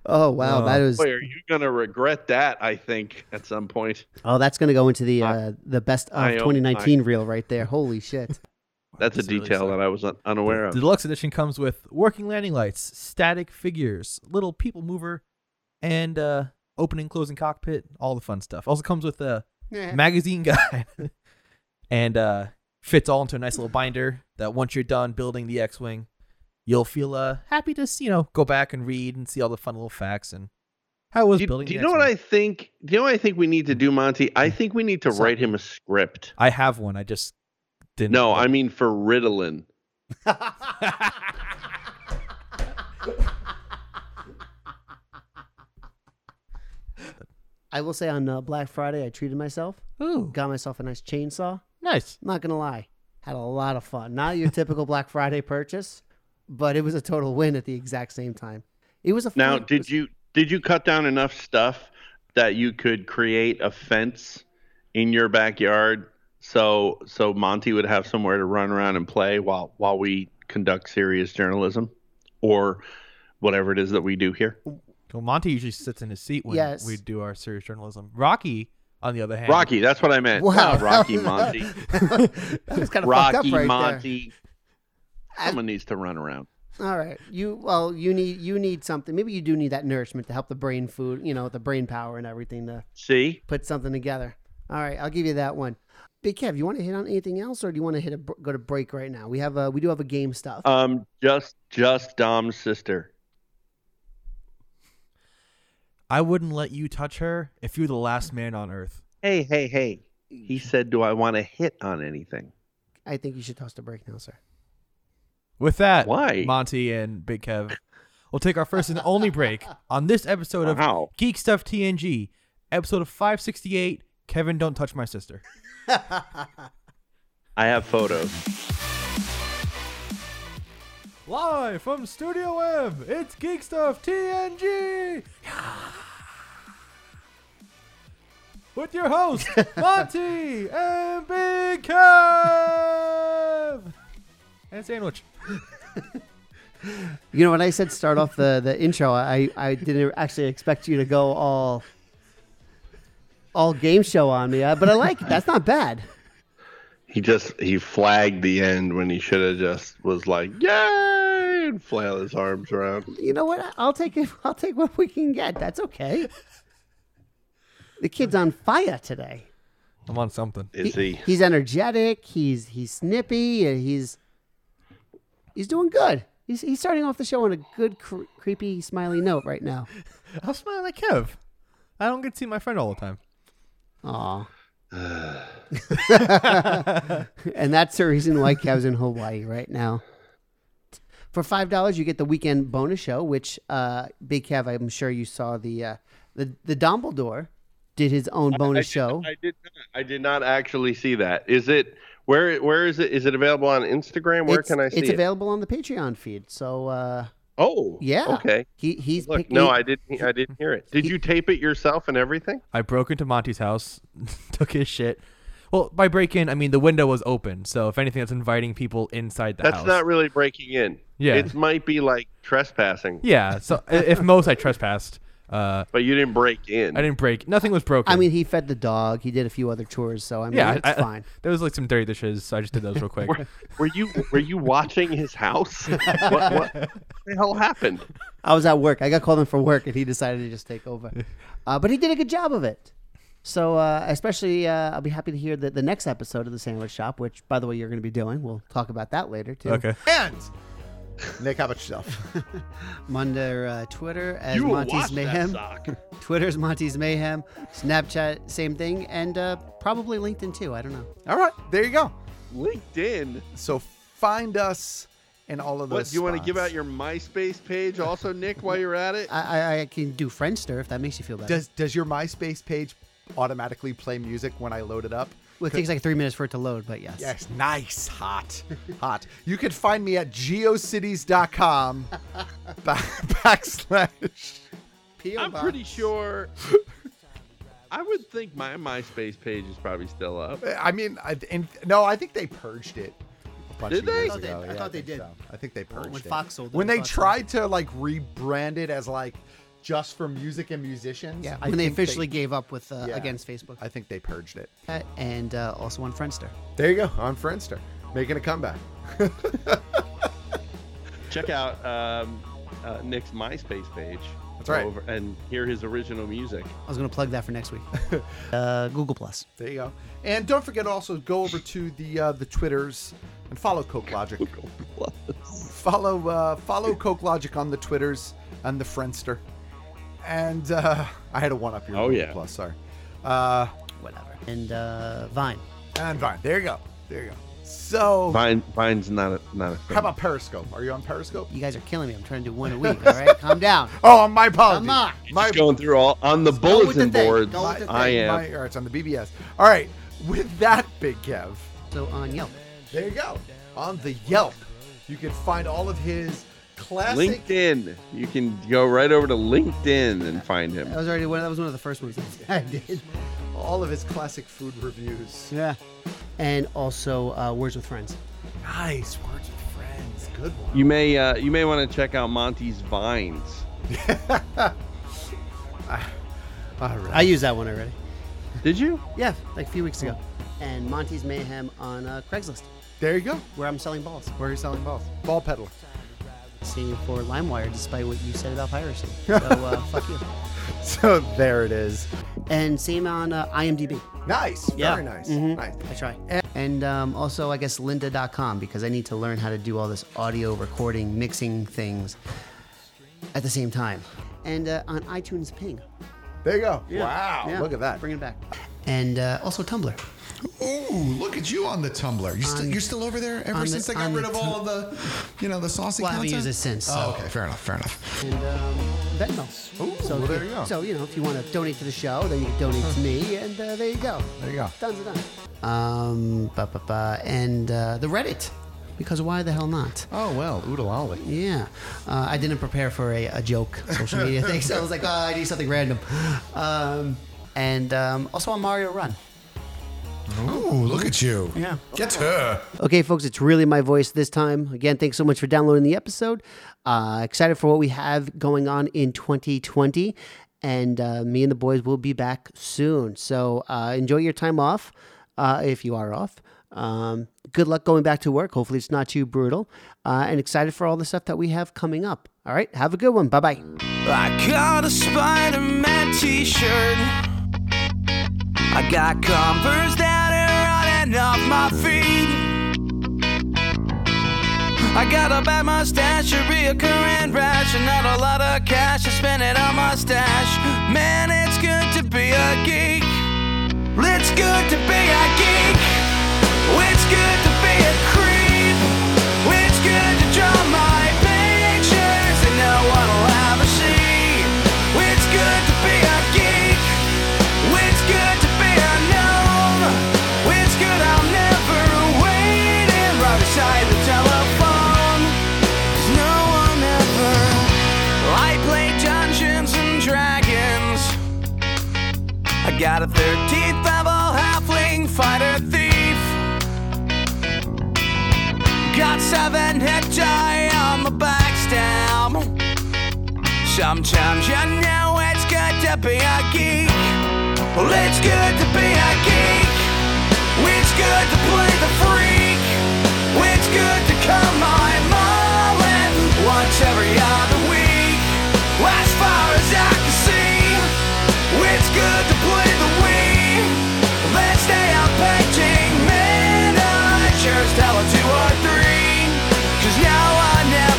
oh wow, that was. Boy, are you gonna regret that? I think at some point. Oh, that's gonna go into the uh, the best of I own 2019 mine. reel right there. Holy shit. That's a detail that I was un- unaware The of. deluxe edition comes with working landing lights, static figures, little people mover, and uh, opening, closing cockpit, all the fun stuff. Also comes with a Yeah. magazine guide and uh, fits all into a nice little binder that once you're done building the X Wing, you'll feel uh, happy to, s- you know, go back and read and see all the fun little facts and how it was Do, building. do the you know what I think? Do you know what I think we need to do, Monty? I think we need to write him a script. I have one. I just didn't. No, I mean for Ritalin. I will say on uh, Black Friday, I treated myself. Ooh. Got myself a nice chainsaw. Nice. Not gonna lie, had a lot of fun. Not your typical Black Friday purchase, but it was a total win at the exact same time. It was a fun, Now, did you did you cut down enough stuff that you could create a fence in your backyard so so Monty would have somewhere to run around and play while while we conduct serious journalism or whatever it is that we do here? Well, Monty usually sits in his seat when Yes. we do our serious journalism. Rocky, on the other hand, Rocky, that's what I meant. Wow. Not Rocky Monty. that was kind of Rocky fucked up right Monty. Someone needs to run around. there. All right, you well, you need you need something. Maybe you do need that nourishment to help the brain food, you know, the brain power and everything to See? put something together. All right, I'll give you that one. Big Kev, you want to hit on anything else, or do you want to hit a br- go to break right now? We have a we do have a game stuff. Um just just Dom's sister. I wouldn't let you touch her if you're the last man on earth. Hey, hey, hey. He said, "Do I want to hit on anything?" I think you should toss to break now, sir. With that, Why? Monty and Big Kev, we'll take our first and only break on this episode of Wow. Geek Stuff TNG, episode of 568. Kevin, don't touch my sister. I have photos. Live from Studio M, it's Geek Stuff TNG. With your host, Monty and Big Kev. And Sandwich. You know, when I said start off the, the intro, I, I didn't actually expect you to go all all game show on me, uh, but I like it. That's not bad. He just he flagged the end when he should have just was like, "Yay!" and flail his arms around. You know what? I'll take it. I'll take what we can get. That's okay. The kid's on fire today. I'm on something. Is he? He's energetic. He's he's snippy. And he's he's doing good. He's he's starting off the show on a good, cre- creepy, smiley note right now. I'll smile at Kev. I don't get to see my friend all the time. Aw. and that's the reason why Kev's in Hawaii right now. For five dollars, you get the weekend bonus show, which uh, Big Kev, I'm sure you saw the uh, the the Dumbledore did his own bonus I did- show. I did not. I did not actually see that. Is it where? Where is it? Is it available on Instagram? Where it's, can I see It's it? available on the Patreon feed. So uh, Oh, yeah. Okay. He he's Look, pick- no, he- I didn't. I didn't hear it. Did you tape it yourself and everything? I broke into Monty's house, took his shit. Well, by break in, I mean the window was open, so if anything, that's inviting people inside the That's house. not really breaking in. Yeah. It might be like trespassing. Yeah. So i- if most, I trespassed. Uh, but you didn't break in. I didn't break. Nothing was broken. I mean, he fed the dog. He did a few other chores. So I mean, yeah, it's I- fine. There was like some dirty dishes, so I just did those real quick. Were, were you were you watching his house? what, what the hell happened? I was at work. I got called in for work, and he decided to just take over. Uh, but he did a good job of it. So, uh, especially, uh, I'll be happy to hear the, the next episode of the Sandwich Shop, which, by the way, you're going to be doing. We'll talk about that later too. Okay. And Nick, how about yourself? I'm under uh, Twitter as You will watch Monty's that Mayhem. sock. Twitter's Monty's Mayhem. Snapchat, same thing, and uh, probably LinkedIn too. I don't know. All right, there you go. LinkedIn. So find us in all of those. What do you want to give spots. out your MySpace page also, Nick? While you're at it, I, I, I can do Friendster if that makes you feel better. Does does your MySpace page automatically play music when I load it up? well, it takes like three minutes for it to load, but yes. Yes, nice, hot, hot. You can find me at geocities.com back, backslash. I'm pretty sure. I would think my MySpace page is probably still up. I mean, I, and, no, I think they purged it. A bunch Did of they? years I thought they- ago. I Yeah, thought they think did. so. I think they purged when it. Fox sold it, when I they thought so. tried to like rebrand it as like just for music and musicians. Yeah, I when they think officially gave up with uh, Yeah. against Facebook. I think they purged it. and uh, also on Friendster. There you go on Friendster, making a comeback. Check out um, uh, Nick's MySpace page. That's right. Over, and hear his original music. I was going to plug that for next week. uh, Google Plus. There you go. And don't forget also go over to the uh, the Twitters and follow Coke Logic. follow uh, follow Coke Logic on the Twitters and the Friendster. And uh, I had a one up here. Oh, yeah. Plus, sorry. Uh, Whatever. And uh, Vine. And Vine. There you go. There you go. So Vine, Vine's not a not a. Thing. how about Periscope? Are you on Periscope? You guys are killing me. I'm trying to do one a week. All right, calm down. Oh, my apologies. Come on. Just going through all on the Go with the bulletin thing. boards. Go with the I thing. am. My- all right, it's on the BBS. All right. With that, Big Kev. So on Yelp. There you go. On the Yelp, you can find all of his classic LinkedIn. You can go right over to LinkedIn and find him. That was already one. That was one of the first ones I did. all of his classic food reviews. Yeah. And also uh, Words with Friends. Nice words with friends. Good one. You may uh, you may want to check out Monty's vines. All right. I used that one already. Did you? Yeah, like a few weeks ago. And Monty's Mayhem on uh, Craigslist, There you go. where I'm selling balls. Where you're selling balls. Ball peddler. See for LimeWire, despite what you said about piracy. So uh, fuck you. So there it is. And same on uh, IMDb. Nice. Yeah. Very nice. Mhm. Nice. I try. And um, also, I guess lynda.com because I need to learn how to do all this audio recording, mixing things at the same time. And uh, on iTunes Ping. There you go. Yeah. Oh, Wow. Yeah. Look at that. Bring it back. And uh, also Tumblr. Ooh, look at you on the Tumblr. You still, On- you're still over there on ever the- since I on got the rid of all of the, you know, the saucy Well, I haven't content. used it since, Oh, so- okay, fair enough, fair enough. And um, Venmo. Ooh, well, there you go. So, you know, if you want to donate to the show, then you can donate to me, and uh, there you go. There you go. Tons of done. Um, ba, ba, ba, and uh, the Reddit, because why the hell not? Oh well, oodalali. Yeah, uh, I didn't prepare for a, a joke social media thing, so I was like, oh, I need something random. Um, and um, also on Mario Run. Ooh, look at you. Yeah. Get her. Okay, folks, it's really my voice this time. Again, thanks so much for downloading the episode. Uh, excited for what we have going on in 2020. And uh, me and the boys will be back soon. So uh, enjoy your time off uh, if you are off. Um, good luck going back to work. Hopefully, it's not too brutal. Uh, and excited for all the stuff that we have coming up. All right, have a good one. Bye bye. I got a Spider Man t shirt. I got Converse down and running off my feet. I got a bad mustache, a reoccurring rash, and not a lot of cash. I spend it on my stash. Man, it's good to be a geek. It's good to be a geek. It's good to be a creep. It's good to draw my pictures and no one will ever see. It's good to be a geek. It's good to be a gnome. It's good I'm never waiting right beside the telephone. 'Cause no one ever. I play Dungeons and Dragons. I got a 13th level halfling fighter thief. Got seven hit die on the back stem. Sometimes you know it's good to be a geek. Well, it's good to be a geek. It's good to play the freak. It's good to come my mullen once every other week. As far as I can see, it's good to play the Wii. Let's stay out painting miniatures, tell it two or three. Cause now I never.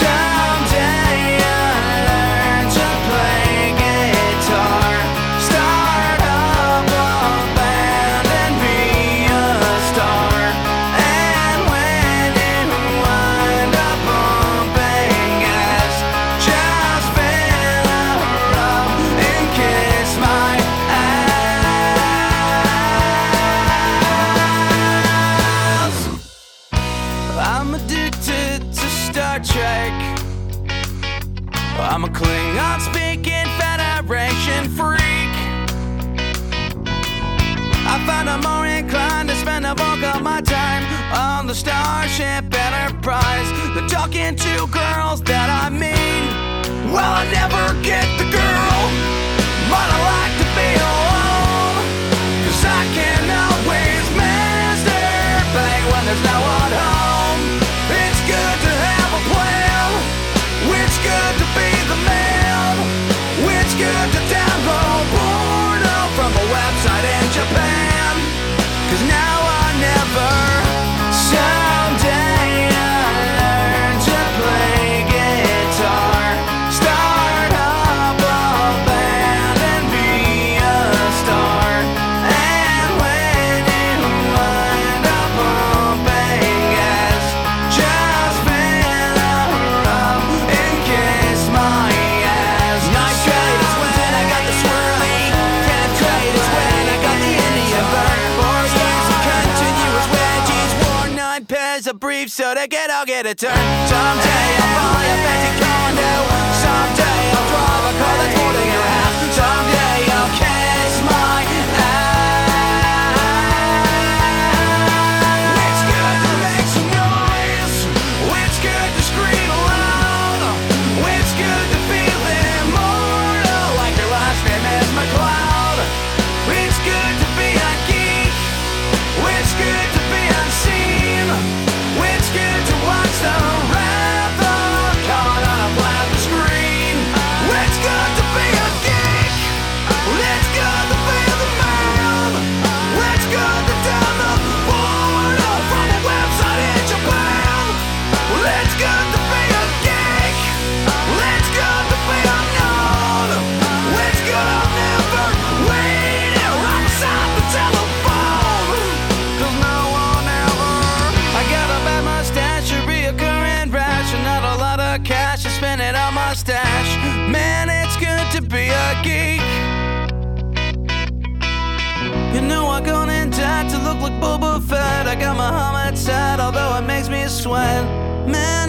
Someday I learn to play guitar. Start up a band and be a star. And when it wind up on bangers, just fill up and kiss my ass. I'm addicted to Star Trek. I'm a Klingon speaking Federation freak. I find I'm more inclined to spend a bulk of my time on the Starship Enterprise than talking to girls that I mean. Well, I never get the girl, but I like to be alone. Cause I can always masturbate when there's no one home. It's good to have a plan. It's good to be the man. It's good to download porno from a website in Japan. Cause now I never. Someday I learn to play guitar. Start up a band and be a star. And when it wind up on bangers, just fill up and kiss my ass. Night trade is when I got the swirly. Cat trade is when I got the India burn. Four years of continuous wedgies. Wore nine pairs of briefs so they could all get a turn. Someday I'll buy a fancy condo. Someday I'll drive a car that's more than your house. Someday I'll kiss my ass. It's good to make some noise. It's good to scream aloud. It's good to feel immortal like your last name is McCloud. It's good to be a geek. It's good to be unseen. It's good to watch the wrath of God on a black screen. It's good to be a geek. It's good to be the man. It's good to download porno from a website in Japan. It's good to be a geek. It's good to be unknown. It's good I'm never waiting right beside the telephone. Cause no one ever. I got a bad mustache, a reoccurring rash, and not a lot of cash. I spend it on my stash. Man, it's good to be a geek. You know I gone in tight to look like Boba Fett. I got my helmet set, although it makes me sweat. Man,